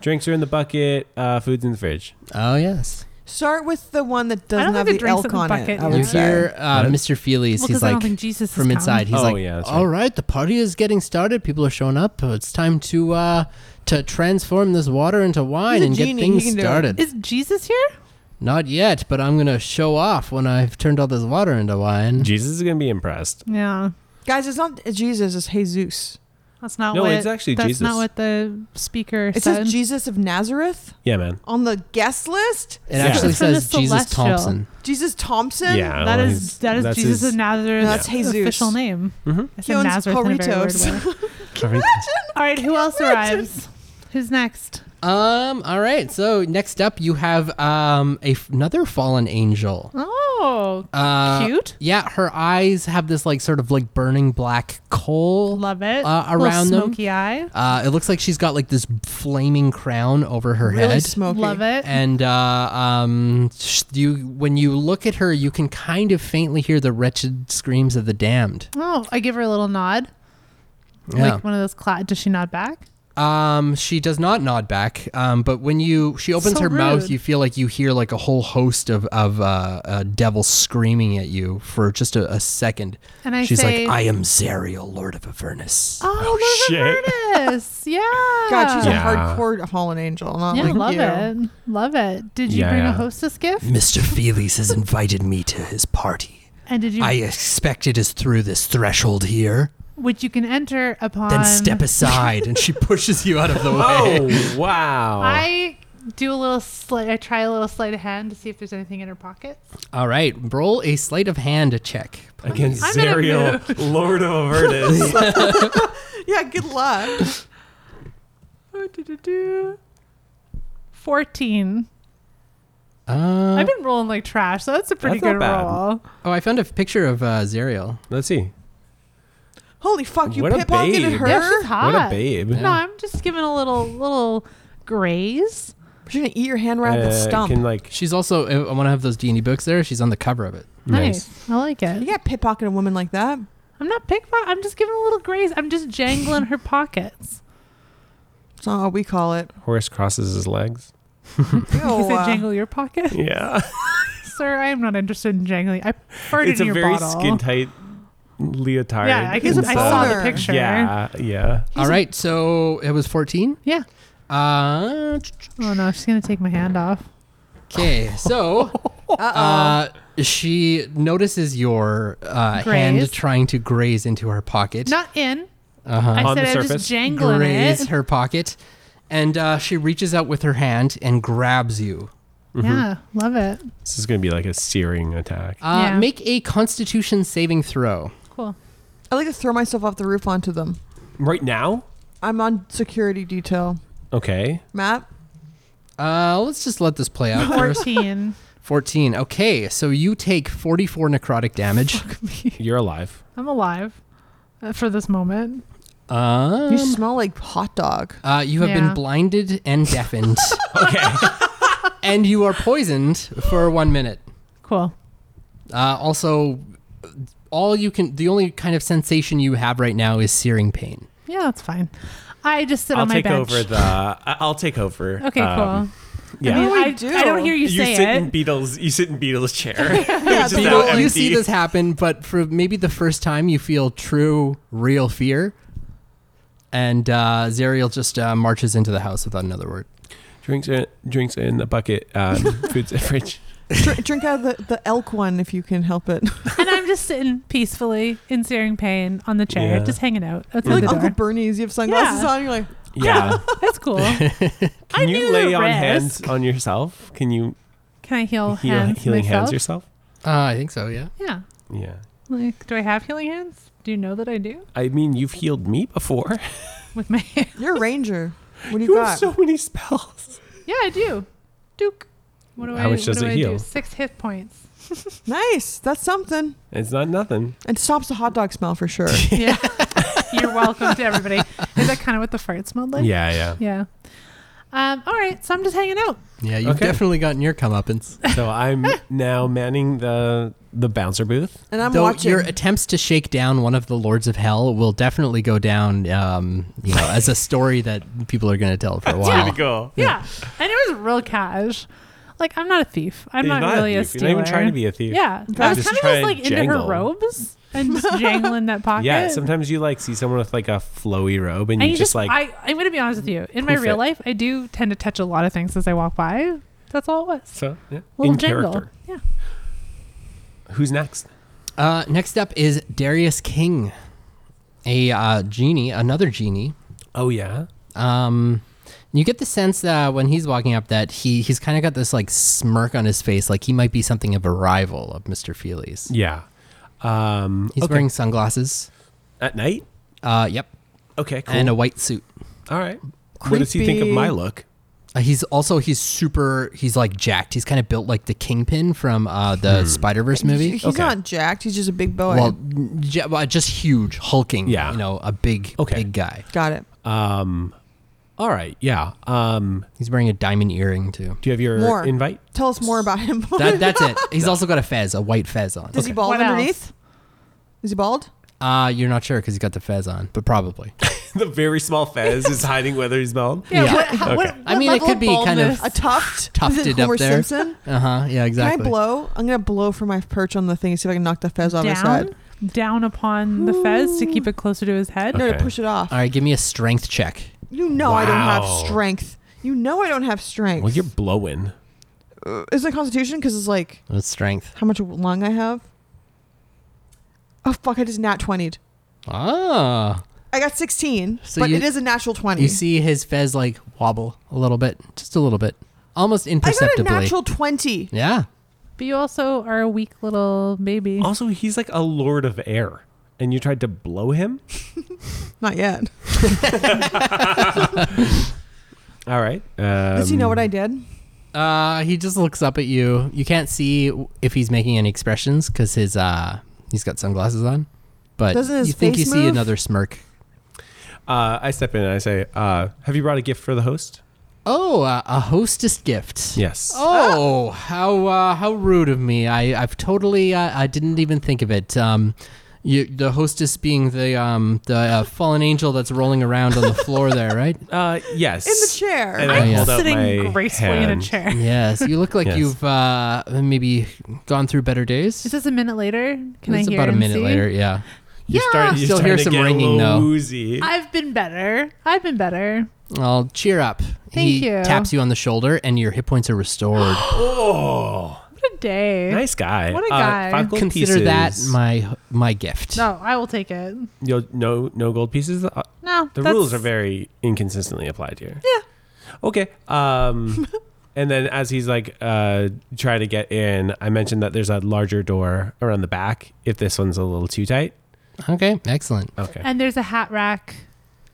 C: Drinks are in the bucket. Uh, food's in the fridge.
B: Mm-hmm.
D: Oh yes.
A: Start with the one that
B: I
A: doesn't
B: don't
A: have
B: think
A: the
B: the drink's
A: elk
B: in the
A: on
B: bucket
A: it. I
B: yet.
A: would
D: You
A: say.
D: hear uh,
C: What?
D: Mr. Feelies.
B: Well,
D: he's
B: 'cause I don't
D: like
B: think Jesus
D: from
B: has
D: inside. He's
C: Oh,
D: like,
C: yeah, that's right.
D: all right, the party is getting started. People are showing up. It's time to uh, to transform this water into wine
A: a
D: and
A: genie.
D: get
A: He
D: things
A: can do it."
D: started.
B: Is Jesus here?
D: Not yet, but I'm gonna show off when I've turned all this water into wine.
C: Jesus is gonna be impressed.
B: Yeah.
A: Guys, it's not Jesus, it's Jesus.
B: That's not
C: No,
B: what
C: it's actually
B: that's
C: Jesus.
B: not what the speaker
A: It
B: said.
A: says Jesus of Nazareth
C: Yeah, man.
A: on the guest list.
D: It
C: Yeah.
D: actually
B: It's for the
D: says Jesus
B: celestial.
D: Thompson.
A: Jesus Thompson.
C: Yeah.
B: that is
C: well, Oh, he's-
B: that is
C: that's
B: Jesus
C: his-
B: of Nazareth.
A: No, that's Jesus.
B: official name.
C: Mhm.
B: I
A: He
B: said
A: owns
B: Nazareth in a very weird
A: Doritos.
B: way. All right, who else arrives? Who's next?
D: Um. All right. So next up, you have um a f- another fallen angel.
B: Oh,
D: Uh,
B: cute.
D: Yeah, her eyes have this like sort of like burning black coal.
B: Love it.
D: Uh,
B: Little
D: around them.
B: smoky eye.
D: Uh, it looks like she's got like this flaming crown over her
A: Really
D: head.
A: smoky.
B: Love it.
D: and uh, um, sh- you when you look at her, you can kind of faintly hear the wretched screams of the damned.
B: oh, I give her a little nod.
D: Yeah.
B: Like one of those cla- does she nod back?
D: Um, she does not nod back. Um, but when you she opens
B: So
D: her mouth,
B: rude.
D: you feel like you hear like a whole host of of uh, uh, devils screaming at you for just a, a second.
B: And I
D: She's
B: say-
D: like, "I am Zariel, Lord of Avernus."
B: Oh,
C: shit.
B: Lord Avernus. yeah.
A: God, she's
C: Yeah.
A: a hardcore fallen angel. Not
B: yeah,
A: like
B: love
A: you.
B: it. Love it. Did you
C: Yeah,
B: bring a
C: yeah.
B: hostess gift?
D: Mr. Feelies has invited me to his party.
B: And did you
D: I expect it is through this threshold here.
B: which you can enter upon
D: Then step aside, and she pushes you out of the way.
C: Oh wow.
B: I do a little sli- I try a little sleight of hand to see if there's anything in her pockets.
D: All right, roll a sleight of hand check.
C: Against
B: I'm gonna
C: Zerial, Lord of Avernus.
A: Yeah, good luck.
B: 14.
D: Uh,
B: I've been rolling like trash, so that's a pretty
C: That's
B: good
C: not bad.
B: roll.
D: oh, I found a picture of uh, Zeriel.
C: Let's see.
A: Holy fuck, you
C: What a
A: pit pocketed
C: babe.
A: her?
B: Yeah, she's hot.
C: What a babe.
B: No, I'm just giving a little little graze.
A: She's gonna eat your hand around the
C: Uh,
A: stump.
C: Can like
D: She's also I want to have those D and D books there. She's on the cover of it.
B: Nice.
C: nice.
B: I like
A: you
B: it.
A: can't pit pocket a woman like that.
B: I'm not pickpocket. I'm just giving a little graze. I'm just jangling her pockets.
A: That's not what we call it.
C: Horse crosses his legs.
B: You
A: Ew,
B: said
A: uh,
B: jangle your pocket,
C: Yeah.
B: sir. I am not interested in jangling. I farted
C: it's
B: in
C: a
B: your
C: very
B: bottle.
C: skin tight leotard.
B: yeah, I,
C: and
B: guess I
C: stuff.
B: saw the
A: boner.
B: picture.
C: Yeah, yeah.
D: All right, so it was fourteen.
B: Yeah.
D: Uh,
B: Oh no, she's gonna take my hand off.
D: okay, so uh, she notices your uh, hand
B: Graze.
D: trying to graze into her pocket.
B: Not in.
D: Uh-huh.
B: I
C: On
B: said
C: the
B: I was
C: surface?
B: just jangling
D: graze
B: it.
D: her pocket, and uh, she reaches out with her hand and grabs you.
C: Mm-hmm.
B: Yeah, love it.
C: This is gonna be like a searing attack.
D: Uh,
B: Yeah.
D: Make a Constitution saving throw.
B: Cool.
A: I like to throw myself off the roof onto them.
C: Right now?
A: I'm on security detail.
C: Okay.
A: Matt,
D: Uh, let's just let this play out first.
B: Fourteen.
D: 14. Okay, so you take 44 necrotic damage.
C: You're alive.
B: I'm alive uh, for this moment.
A: you
D: Um,
A: smell like hot dog.
D: uh, you have
B: Yeah.
D: been blinded and deafened,
C: Okay.
D: and you are poisoned for one minute.
B: Cool.
D: Uh, also, all you can, the only kind of sensation you have right now is searing pain.
B: Yeah, that's fine. I just sit
C: I'll
B: on my
C: take
B: bench.
C: over the. I- I'll take over.
B: okay,
C: um,
B: cool.
C: Yeah.
B: I, mean,
A: What do we
B: I,
A: do?
B: I don't hear you,
C: you
B: say
C: sit
B: it.
C: in Beatles. You sit in Beatles chair.
A: Yeah, the
C: It's just
A: little-
C: out
D: People, you
C: empty.
D: see this happen, but for maybe the first time, you feel true, real fear. And uh, Zeriel just uh, marches into the house without another word.
C: Drinks in, drinks in the bucket. Um, food's in the fridge.
A: Dr- drink out of the, the elk one if you can help it.
B: and I'm just sitting peacefully in searing pain on the chair,
C: Yeah.
B: just hanging out. That's
A: You're
B: the
A: like Uncle
B: door.
A: Bernie's. You have sunglasses
B: Yeah.
A: on. You're like,
C: Yeah.
B: That's cool. Can
C: Can you lay on hands on yourself? Can you
B: Can I heal
C: heal,
B: Oh, hands
C: healing
B: myself?
C: hands yourself?
D: Uh, I think so, yeah.
B: yeah.
C: Yeah.
B: Like, do I have healing hands? Do you know that I do
C: I mean, you've healed me before.
B: with my?
A: you're a ranger. What do you,
C: You have
A: got?
C: so many spells.
B: yeah, I do. Duke. What do
C: How
B: I?
C: much
B: what
C: does
B: do
C: it
B: I
C: heal?
B: Do? Six hit points.
A: nice. That's something.
C: It's not nothing.
A: It stops the hot dog smell for sure.
B: Yeah. You're welcome to everybody. Is that kind of what the fart smelled like?
C: Yeah,
B: Yeah. Um, all right, so I'm just hanging out.
D: Yeah, you've
C: Okay.
D: definitely gotten your comeuppance.
C: yeah. So I'm now manning the the bouncer booth.
A: And I'm
D: Though
A: watching.
D: your attempts to shake down one of the lords of hell will definitely go down, um, you know, as a story that people are going to tell for a while.
C: go.
B: Yeah. And it was real cash. Like I'm not a thief. I'm not, really a,
C: thief.
B: stealer.
C: You're not even trying to be a thief.
B: Yeah.
A: fact,
B: I was
C: just
B: kind of
C: try
B: just like
C: and
B: into her
C: jangle.
B: robes and just jangling that pocket.
C: Yeah, sometimes you like see someone with like a flowy robe and,
B: Ah, and
C: you just, like
B: I, I'm gonna be honest with you. In my
C: poof
B: real
C: it.
B: life, I do tend to touch a lot of things as I walk by. That's all it was.
C: so yeah,
B: Little
C: in
B: jangle.
C: character.
B: Yeah.
C: Who's next?
D: Uh, next up is Darius King, a uh, genie, another genie.
C: Oh yeah.
D: Um, you get the sense uh, when he's walking up that he he's kind of got this like smirk on his face, like he might be something of a rival of Mister Feely's.
C: Yeah. Um
D: He's
C: okay.
D: wearing sunglasses.
C: at night?
D: Uh, yep,
C: Okay, cool.
D: and a white suit.
C: All right. What does he think of
A: Creepy.
C: my look?
D: Uh, he's also he's super. He's like jacked. He's kind of built like the kingpin from uh,
C: Hmm.
D: the Spider Verse movie.
A: He's
C: Okay.
A: not jacked. He's just a big boy.
D: Well, j- well, just huge, hulking.
C: Yeah.
D: you know, a big,
C: Okay.
D: big guy.
A: got it.
C: Um all right, yeah. Um
D: He's wearing a diamond earring too.
C: do you have your
A: More.
C: invite?
A: Tell us more about him.
D: That, that's it. He's also got a fez, a white fez on.
A: Is he bald
B: What else?
A: underneath? Is he bald?
D: Uh, you're not sure because he's got the fez on, but probably.
C: the very small fez is hiding whether he's bald.
B: Yeah.
D: Yeah.
B: What, how- what,
D: I mean,
B: what
D: it could be
B: level
D: kind of-
B: baldness-
A: A tuft?
D: Tufted
A: Is it
D: up
A: Homer
D: there.
A: Simpson?
D: Uh huh. Yeah, exactly.
A: Can I blow? I'm gonna blow from my perch on the thing and see if I can knock the fez off his
B: down,
A: head.
B: down upon the fez to keep it closer to his head.
A: No,
C: Okay.
A: to push it off.
D: All right, give me a strength check.
A: You know I don't have
C: Wow.
A: strength. You know I don't have strength.
C: Well, you're blowing.
A: Uh, is it Constitution? Because it's like
D: That's strength.
A: how much lung I have. Oh fuck! I just nat twenty'd.
D: Ah.
A: I got sixteen,
D: So
A: but
D: you-
A: it is a natural twenty.
D: You see his fez like wobble a little bit, just a little bit, almost
A: I got a
D: imperceptibly.
A: natural twenty.
D: yeah.
B: But you also are a weak little baby.
C: Also, he's like a lord of air. And you tried to blow him?
A: Not yet.
C: All right. Um,
A: Does he know what I did?
D: Uh, he just looks up at you. You can't see if he's making any expressions because his uh he's got sunglasses on. But
A: Doesn't his
D: you think
A: face
D: you see
A: move?
D: another smirk.
C: Uh, I step in and I say, uh, "Have you brought a gift for the host?"
D: Oh, uh, a hostess gift.
C: Yes.
D: Oh, how uh, how rude of me! I I've totally uh, I didn't even think of it. Um, you, the hostess being the um the uh, fallen angel that's rolling around on the floor there, right?
C: Uh, yes.
A: In the chair.
C: And
B: Oh,
D: I'm
C: I hold out my
B: Sitting gracefully in a
C: hand.
B: chair.
D: Yes, you look like
C: Yes.
D: you've uh, maybe gone through better days.
B: Is this a minute later? Can
D: it's
B: I hear
D: about a
B: and
D: minute
B: see?
D: later. Yeah,
C: You
B: Yeah.
C: start. You
D: Still
C: start
D: hear
C: to
D: some
C: get a
D: ringing,
C: little
D: though.
C: Woozy.
B: I've been better. I've been better.
D: I'll cheer up.
B: Thank
D: he
B: you.
D: taps you on the shoulder, and your hit points are restored.
C: oh,
B: What a day.
C: nice guy.
B: What a
C: Uh,
B: guy.
C: five gold
D: Consider
C: pieces.
D: that my my gift.
B: No, I will take it.
C: You'll- no, no gold pieces. Uh,
B: No.
C: the
B: that's-
C: rules are very inconsistently applied here. Yeah. Okay. Um, and then as he's like uh, trying to get in, I mentioned that there's a larger door around the back. If this one's a little too tight.
D: Okay, excellent.
C: Okay.
B: And there's a hat rack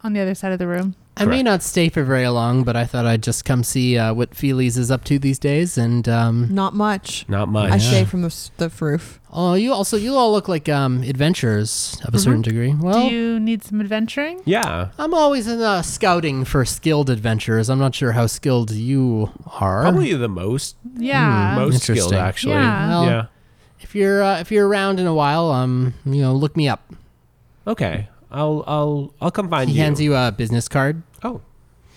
B: on the other side of the room.
D: I may
C: Correct.
D: not stay for very long, but I thought I'd just come see uh, what Feelies is up to these days, and um,
A: Not much.
C: Not much.
A: I
D: yeah.
A: shave from the, s- the roof.
D: Oh, you also you all look like um adventurers of a certain degree. Well,
B: Mm-hmm. Do you need some adventuring?
C: yeah.
D: I'm always in uh, scouting for skilled adventurers. I'm not sure how skilled you are.
C: Probably the most
B: Yeah.
C: most skilled
D: interesting.
C: actually.
B: Yeah.
D: hmm, Well-
C: yeah.
D: If you're uh, if you're around in a while, um, you know, look me up.
C: Okay. I'll I'll I'll come find
D: He
C: you.
D: hands you a business card.
C: Oh,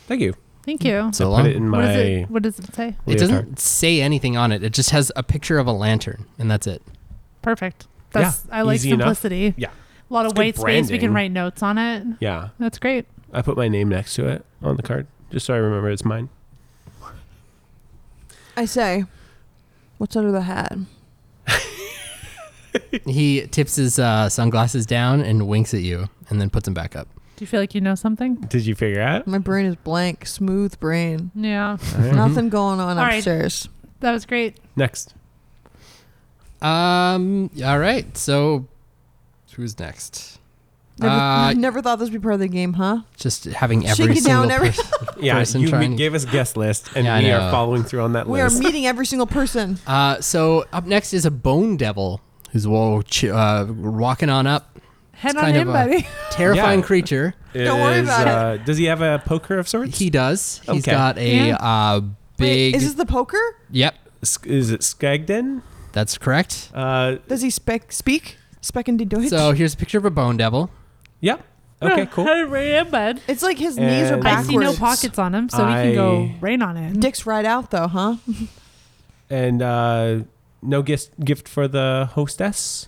C: thank you.
B: Thank you.
D: So
C: Put
D: long.
C: it in
B: what,
C: my.
B: is it, what does it say?
D: It
C: leotard.
D: doesn't say anything on it. It just has a picture of a lantern, and that's it.
B: Perfect. That's I like
C: Easy enough.
B: simplicity.
C: Yeah.
B: A lot of
C: It's good
B: white space. We
C: branding.
B: can write notes on it.
C: Yeah,
B: That's great.
C: I put my name next to it on the card just so I remember it's mine.
A: I say, what's under the hat?
D: He tips his uh, sunglasses down and winks at you, and then puts them back up.
B: Do you feel like you know something?
C: Did you figure out?
A: My brain is blank, smooth brain.
B: Yeah.
A: Nothing going on
B: All right.
A: upstairs.
B: That was great.
C: Next.
D: Um. All right. So, who's next?
A: Never,
D: Uh,
A: never thought this would be part of the game, huh?
D: Just having every
A: Shaking
D: single
A: down every-
D: person.
C: Yeah,
D: Person
C: you
D: trying
C: me-
D: to-
C: gave us guest list, and
D: Yeah, I
C: we
D: know.
C: are following through on that
A: We are
C: list.
A: meeting every single person.
D: Uh, so up next is a bone devil who's wo- ch- uh, walking on up.
B: Head
D: It's
B: on
D: kind
B: in,
D: of a-
B: buddy.
D: Terrifying
C: Yeah.
D: creature.
A: Don't worry about it.
C: uh, Does he have a poker of sorts?
D: He does. He's
C: Okay.
D: got a
B: Yeah.
D: uh,
A: Wait,
D: big.
A: is this the poker?
D: yep,
C: S- is it Skagden?
D: that's correct.
C: Uh,
A: Does he spec speak? Specken die Deutsch?
D: So here's a picture of a bone devil.
C: yep. Okay, cool.
B: Head right in, bud.
A: it's like his knees are
C: And-
B: I
A: backwards.
B: see no pockets on him, so we can go
C: I-
B: rain on it.
A: Dick's right out though, huh?
C: And uh, no gift gift for the hostess.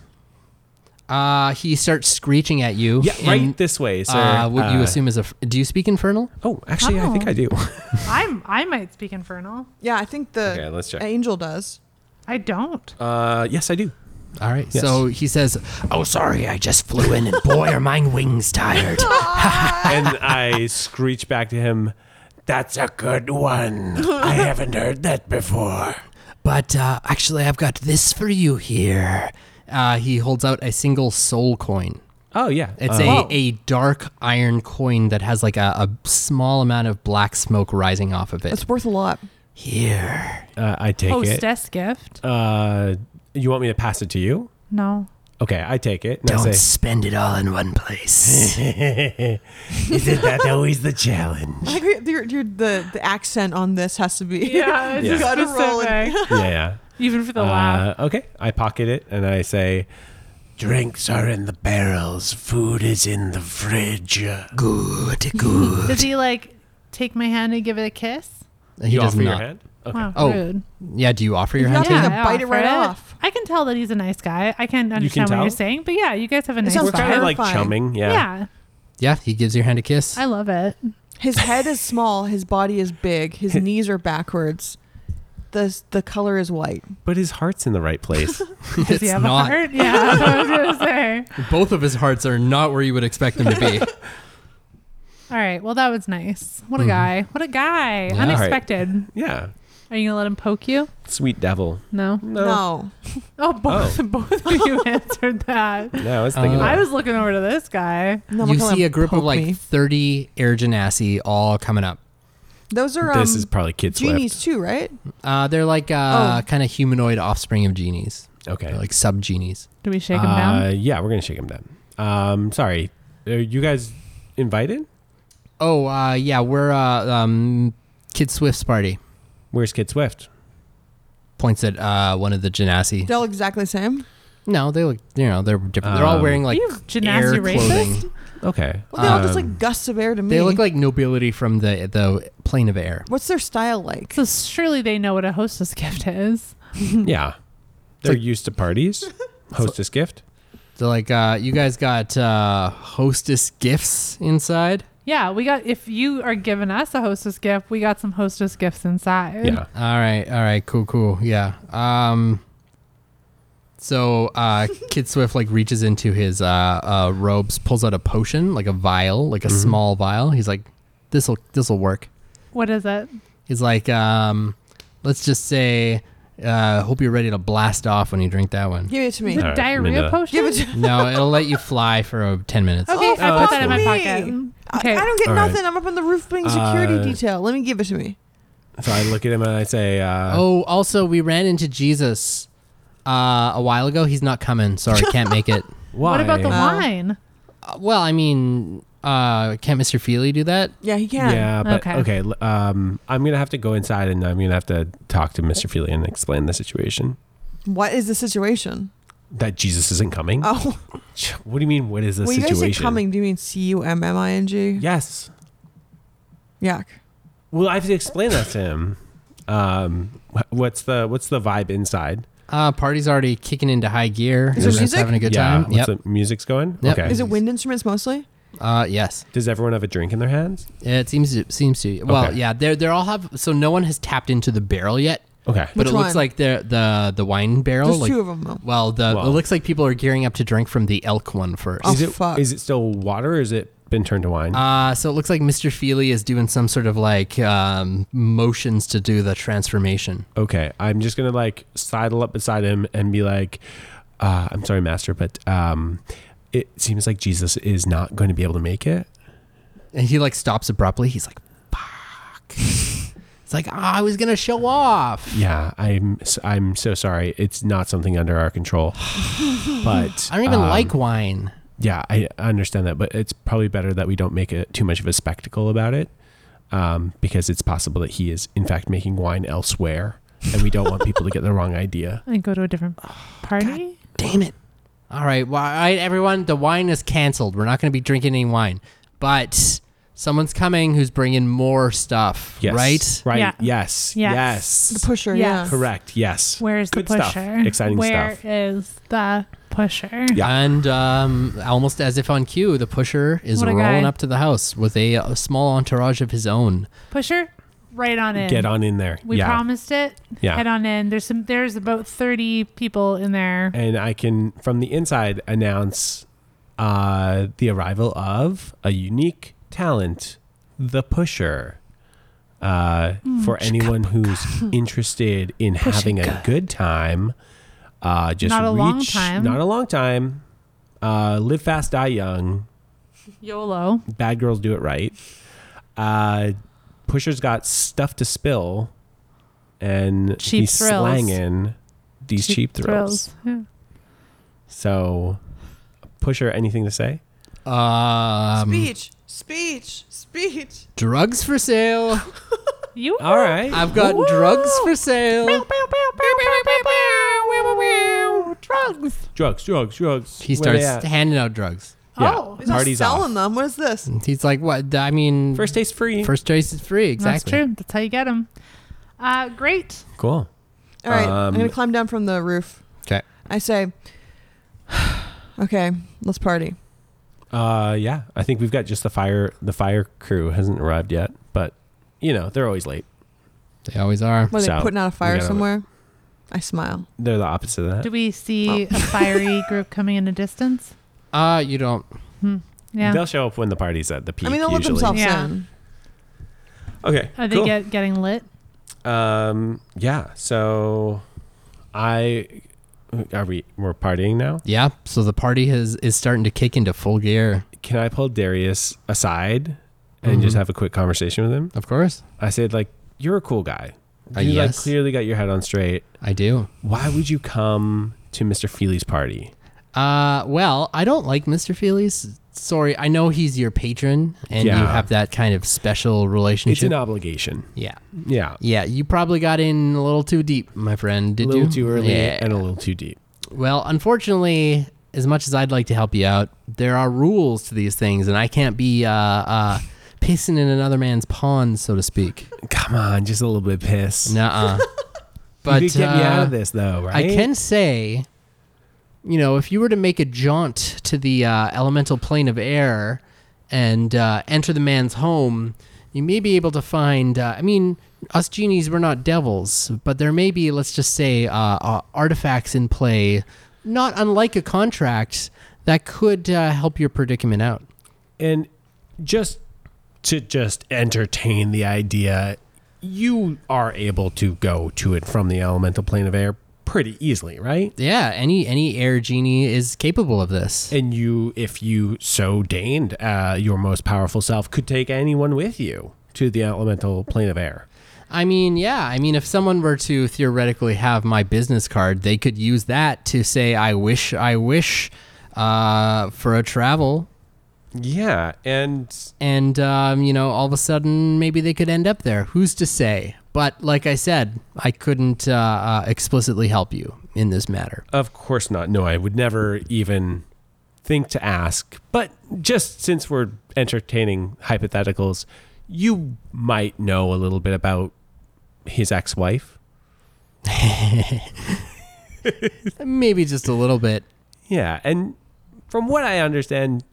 D: Uh, he starts screeching at you.
C: Yeah,
D: in,
C: right this way, sir.
D: uh, what you
C: Uh,
D: assume is a. f- Do you speak infernal?
C: Oh, actually, I think
B: Oh.
C: I do.
B: I'm I might speak infernal.
A: Yeah, I think the
C: Okay, let's check.
A: angel does.
B: I don't.
C: Uh, yes, I do.
D: All right.
C: Yes.
D: So he says, "Oh, sorry, I just flew in, and boy, are my wings tired."
C: and I screech back to him. That's a good one. I haven't heard that before.
D: But uh, actually, I've got this for you here. Uh, he holds out a single soul coin.
C: Oh yeah,
D: It's
C: Uh,
D: a, a dark iron coin that has like a, a small amount of black smoke rising off of it.
A: It's worth a lot.
D: Here.
C: uh, I take it.
B: Hostess gift.
C: Uh, you want me to pass it to you?
B: No.
C: Okay, I take it. And I
D: Don't
C: say,
D: spend it all in one place.
C: Isn't that always the challenge?
A: I agree. Your, your, the the accent on this has to be.
B: Yeah, it's
C: Yeah.
A: just Gotta roll it.
B: specific.
C: Yeah.
B: Even
A: Oh,
B: for the laugh.
C: Uh, okay, I pocket it and I say, "Drinks are in the barrels. Food is in the fridge."
D: Good, good.
B: Does he like take my hand and give it a kiss?
D: he
C: you
D: does
C: offer
D: not.
C: your hand. Okay.
B: Wow,
D: Oh,
B: rude.
D: Yeah, do you offer your
A: Yeah.
D: hand?
A: Nothing to bite it
B: offer
A: right off.
B: I can tell that he's a nice guy. I can understand what
C: tell?
B: you're saying, but yeah, you guys have a nice
A: sounds
C: We're
B: vibe.
C: kind of like
A: Terrifying.
C: chumming. Yeah.
B: yeah.
D: Yeah, he gives your hand a kiss.
B: I love it.
A: His head is small. His body is big. His knees are backwards. The the color is white.
C: But his heart's in the right place.
B: Does he
D: It's
B: have
D: not.
B: a heart? Yeah, that's what I was gonna say.
D: Both of his hearts are not where you would expect them to be.
B: All right. Well, that was nice.
C: Mm-hmm.
B: What a guy. What a guy.
D: Yeah.
B: Unexpected.
C: yeah.
B: Are you gonna let him poke you?
C: Sweet devil.
B: No.
C: No.
A: No,
B: Oh, both both of you answered that.
C: No, I was thinking.
D: Uh,
C: about
B: I was looking over to this guy.
A: No, I'm
D: you
A: not gonna
D: see a group of
A: poke
D: like
A: me.
D: 30 air genasi all coming up.
A: those are um,
C: this is probably kids
A: genies too, right?
D: Uh, they're like uh,
A: Oh.
D: kind of humanoid offspring of genies,
C: Okay.
D: They're like sub genies.
B: Do we shake him down?
C: Uh, yeah, we're gonna shake him down. Um, sorry, are you guys invited?
D: Oh, uh, yeah, we're uh, um, Kid Swift's party.
C: Where's Kid Swift?
D: Points at uh, one of the genasi.
A: They all exactly the same.
D: No, they look, you know, they're different. they're all
C: Um,
D: wearing like
B: you
D: air
B: genasi racist?
D: clothing.
C: Okay.
A: Well, they all just
C: Um,
A: like gusts of air to me.
D: They look like nobility from the the plane of air.
A: What's their style like?
B: So surely they know what a hostess gift is.
C: Um, yeah, they're
D: like-
C: used to parties. Hostess gift.
D: So like, uh, you guys got uh, hostess gifts inside.
B: Yeah, we got. If you are giving us a hostess gift, we got some hostess gifts inside.
C: Yeah.
D: All right, all right, cool, cool, yeah. Um, so uh, Kid Swift like reaches into his uh, uh, robes, pulls out a potion, like a vial, like a small vial. He's like, this'll this'll work.
B: What is it?
D: He's like, um, let's just say, uh, hope you're ready to blast off when you drink that one.
A: Give it to me.
B: Is it
C: All right,
B: diarrhea
C: Minda.
B: potion?
A: Give it to me.
D: no, it'll let you fly for uh, ten minutes.
B: okay,
A: Oh,
B: I put that in my
A: fuck
B: pocket.
A: me.
B: Okay,
A: I, I don't get
C: All right.
A: nothing. I'm up on the roof being security
C: Uh,
A: detail. Let me give it to me.
C: So I look at him and I say, uh,
D: Oh, also we ran into Jesus uh, a while ago. He's not coming. Sorry, can't make it.
C: why?
B: what about the
A: Wow.
B: wine?
D: Uh, well, I mean, uh, can't Mr. Feely do that?
A: Yeah, he can.
C: Yeah, but
B: Okay.
C: okay. l- Um, I'm gonna have to go inside and I'm gonna have to talk to Mr. Feely and explain the situation.
A: What is the situation?
C: That Jesus isn't coming?
A: Oh,
C: What do you mean? What is the
A: when you guys
C: situation?
A: say coming, do you mean C U M M I N G?
C: Yes.
A: Yuck.
C: Well, I have to explain that to him. Um, wh- what's the what's the vibe inside?
D: Uh, party's already kicking into high gear.
A: Is there
D: Everyone's
A: music?
D: Having a good
C: yeah,
D: time.
C: What's
D: Yep.
C: the music's going?
D: Yep.
C: Okay.
A: Is it wind instruments mostly?
D: Uh, yes.
C: Does everyone have a drink in their hands?
D: Yeah, it seems to, seems to. Well,
C: Okay.
D: yeah, they're they're all have. So no one has tapped into the barrel yet,
C: Okay.
D: but
A: Which
D: it looks
A: one?
D: like they're the the wine barrel.
A: There's
D: like,
A: two of them though.
D: Well, the
C: Well.
D: it looks like people are gearing up to drink from the elk one first.
A: Oh,
C: is it is
A: fuck.
C: it still water? or Is it been turned to wine?
D: Uh, so it looks like Mr. Feely is doing some sort of like um, motions to do the transformation.
C: okay. I'm just gonna like sidle up beside him and be like, uh, "I'm sorry, Master, but um, it seems like Jesus is not going to be able to make it."
D: And he like stops abruptly. He's like, "Fuck!" it's like "Ah, I was gonna show off.
C: Yeah, I'm s- I'm so sorry. It's not something under our control. But
D: I don't even
C: um,
D: like wine.
C: Yeah, I I understand that, but it's probably better that we don't make it too much of a spectacle about it, um, because it's possible that he is in fact making wine elsewhere, and we don't want people to get the wrong idea.
B: and go to a different party.
D: Damn it! All right, well, all right, everyone. The wine is canceled. We're not gonna be drinking any wine, but someone's coming who's bringing more stuff.
C: Yes,
D: Right.
C: Right.
B: Yeah.
C: Yes.
B: Yes.
C: Yes.
A: The pusher,
B: Yes.
A: yeah.
C: Correct. Yes.
B: Where's
C: Good
B: the pusher?
C: stuff. Exciting
B: Where
C: stuff.
B: is the pusher?
C: Yeah.
D: And um, almost as if on cue, the pusher is
B: What a
D: rolling
B: guy.
D: up to the house with a, a small entourage of his own.
B: Pusher, right on in.
C: Get on in there.
B: We
C: yeah.
B: promised it.
C: Yeah.
B: Head on in. There's some. There's about thirty people in there.
C: and I can from the inside announce uh, the arrival of a unique talent, the pusher. Uh,
B: Hmm.
C: for anyone who's interested in having a good time, uh, just
B: Not a
C: reach,
B: long time.
C: Not a long time. Uh, live fast, die young.
B: YOLO.
C: Bad girls do it right. Uh, pusher's got stuff to spill, and
B: Cheap
C: he's
B: thrills.
C: slanging these cheap, thrills.
B: Yeah.
C: So, Pusher, anything to say?
D: Um,
A: speech, speech, speech.
D: Drugs for sale.
B: You.
C: All right.
D: I've got drugs for sale.
B: Drugs.
C: drugs, drugs, drugs.
D: He
C: Where
D: starts
C: they at?
D: handing out drugs.
B: Oh.
C: Yeah.
A: He's not
C: Party's
A: selling
C: off.
A: them. What is this?
D: He's like, "What? I mean,
C: First taste free.
D: first choice is free.
B: That's
D: Exactly.
B: true. That's how you get them. Uh, great.
C: Cool.
A: All right,
C: Um,
A: I'm gonna climb down from the roof.
D: 'Kay.
A: I say, okay, let's party.
C: Uh, yeah. I think we've got just the fire. The fire crew hasn't arrived yet, but you know they're always late.
D: They always are.
A: What are
C: So,
A: they putting out a
C: we
A: fire
C: gotta-
A: somewhere? I smile.
C: They're the opposite of that.
B: Do we see a fiery group coming in a distance?
D: Uh, you don't.
B: Yeah.
C: They'll show up when the party's at the peak.
A: I mean, they'll let
C: usually.
A: themselves
B: Yeah.
A: in.
C: Okay.
B: Are they
C: cool.
B: get, getting lit?
C: um. Yeah. So, I are we we're partying now?
D: Yeah. So the party has is starting to kick into full gear.
C: Can I pull Darius aside and just
D: Mhm.
C: have a quick conversation with him?
D: Of course,
C: I said, like, you're a cool guy. You
D: Uh,
C: like
D: yes.
C: clearly got your head on straight.
D: I do.
C: Why would you come to Mr. Feely's party?
D: Uh, well, I don't like Mr. Feely's. Sorry, I know he's your patron, and you
C: Yeah.
D: have that kind of special
C: It's
D: relationship.
C: an obligation.
D: yeah.
C: Yeah.
D: Yeah, you probably got in a little too deep, my friend.
C: A
D: Did
C: little
D: you?
C: too early
D: Yeah.
C: and a little too deep.
D: Well, unfortunately, as much as I'd like to help you out, there are rules to these things, and I can't be uh, uh, pissing in another man's pond, so to speak.
C: Come on, just a little bit pissed.
D: Nuh-uh.
C: you
D: But
C: could get me out
D: uh,
C: of this though, right?
D: I can say, you know, if you were to make a jaunt to the uh, elemental plane of air and uh, enter the man's home, you may be able to find. Uh, I mean, us genies, we're not devils, but there may be, let's just say, uh, uh, artifacts in play, not unlike a contract that could uh, help your predicament out.
C: And just to just entertain the idea, you are able to go to and from the elemental plane of air pretty easily, right?
D: Yeah, any any air genie is capable of this.
C: And you, if you so deigned, uh, your most powerful self could take anyone with you to the elemental plane of air.
D: I mean, yeah. I mean, if someone were to theoretically have my business card, they could use that to say, "I wish, I wish," uh, for a travel,
C: Yeah, and
D: and um, you know, all of a sudden, maybe they could end up there. Who's to say? But like I said, I couldn't uh, uh, explicitly help you in this matter.
C: Of course not. No, I would never even think to ask. But just since we're entertaining hypotheticals, you might know a little bit about his ex wife.
D: Maybe just a little bit.
C: Yeah. And from what I understand,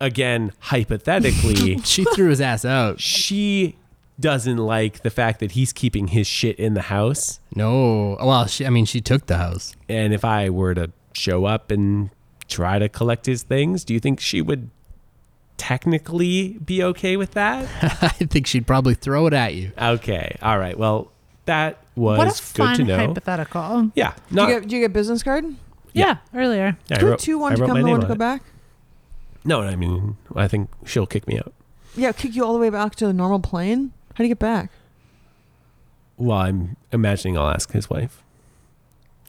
C: again, hypothetically,
D: She threw his ass out.
C: she doesn't like the fact that he's keeping his shit in the house.
D: No, well, she, I mean, she took the house.
C: And if I were to show up and try to collect his things, do you think she would technically be okay with that?
D: I think she'd probably throw it at you.
C: Okay. All right. Well, that was
B: what a fun
C: good to know.
B: hypothetical.
C: yeah.
A: Do you,
C: Not,
A: get, do you get business card?
B: Yeah, earlier.
C: Yeah, I
A: Who
C: wrote-
A: two
C: I
A: one to
C: wrote
A: come
C: my
A: home
C: name
A: one to
C: on
A: go
C: it.
A: back?
C: No, I mean, I think she'll kick me out.
A: Yeah, kick you all the way back to the normal plane. How do you get back?
C: Well, I'm imagining I'll ask his wife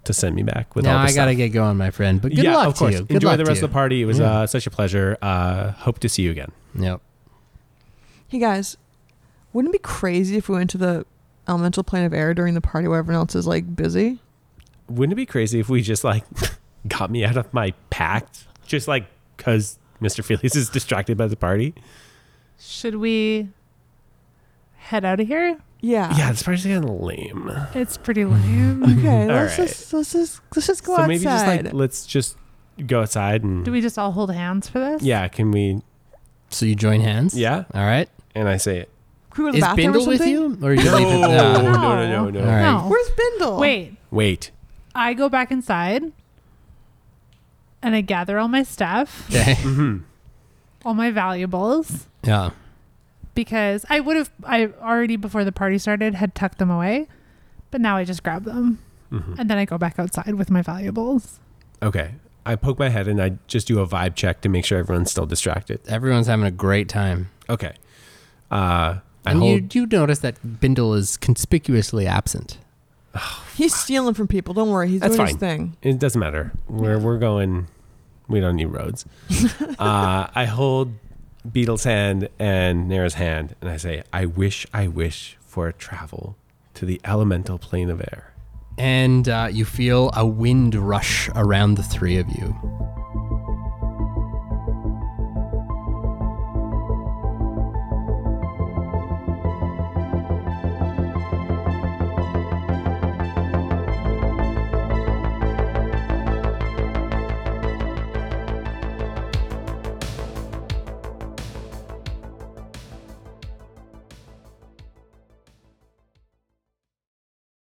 C: to send me back with
D: now
C: all the
D: I gotta
C: stuff.
D: get going, my friend. But good
C: yeah,
D: luck
C: of course.
D: to you. Good
C: Enjoy
D: luck
C: the
D: to
C: rest
D: you.
C: of the party. It was
D: Yeah.
C: uh, such a pleasure. Uh, hope to see you again.
D: Yep.
A: Hey guys, wouldn't it be crazy if we went to the elemental plane of air during the party where everyone else is like busy?
C: Wouldn't it be crazy if we just like got me out of my pact just like because Mr. Felix is distracted by the party?
B: Should we head out of here?
A: Yeah.
C: yeah, this party's getting lame.
B: It's pretty lame.
A: Okay. let's
C: right.
A: just let's just let's just go
C: so
A: outside.
C: maybe just like let's just go outside and
B: Do we just all hold hands for this?
C: yeah, can we?
D: So you join hands.
C: Yeah,
D: All right.
C: and I say it.
A: Can we go to
D: Is
A: the bathroom
D: Bindle
A: or
D: with
A: something?
D: you, or are you leaving?
C: no,
D: No.
C: no, no, no.
D: All right.
B: No.
A: Where's Bindle?
B: Wait,
C: Wait.
B: I go back inside and I gather all my stuff,
D: Okay.
B: all my valuables,
D: Yeah.
B: because I would have, I already before the party started had tucked them away, but now I just grab them. And then I go back outside with my valuables.
C: Okay. I poke my head and I just do a vibe check to make sure everyone's still distracted.
D: Everyone's having a great time.
C: Okay. Uh, I
D: and
C: hold.
D: you do notice that Bindle is conspicuously absent.
A: He's stealing from people. Don't worry. He's
C: That's
A: doing
C: fine.
A: his thing.
C: it doesn't matter. Where we're going, we don't need roads. uh, I hold Beetle's hand and Nera's hand, and I say, "I wish, I wish for a travel to the elemental plane of air."
D: And uh, you feel a wind rush around the three of you.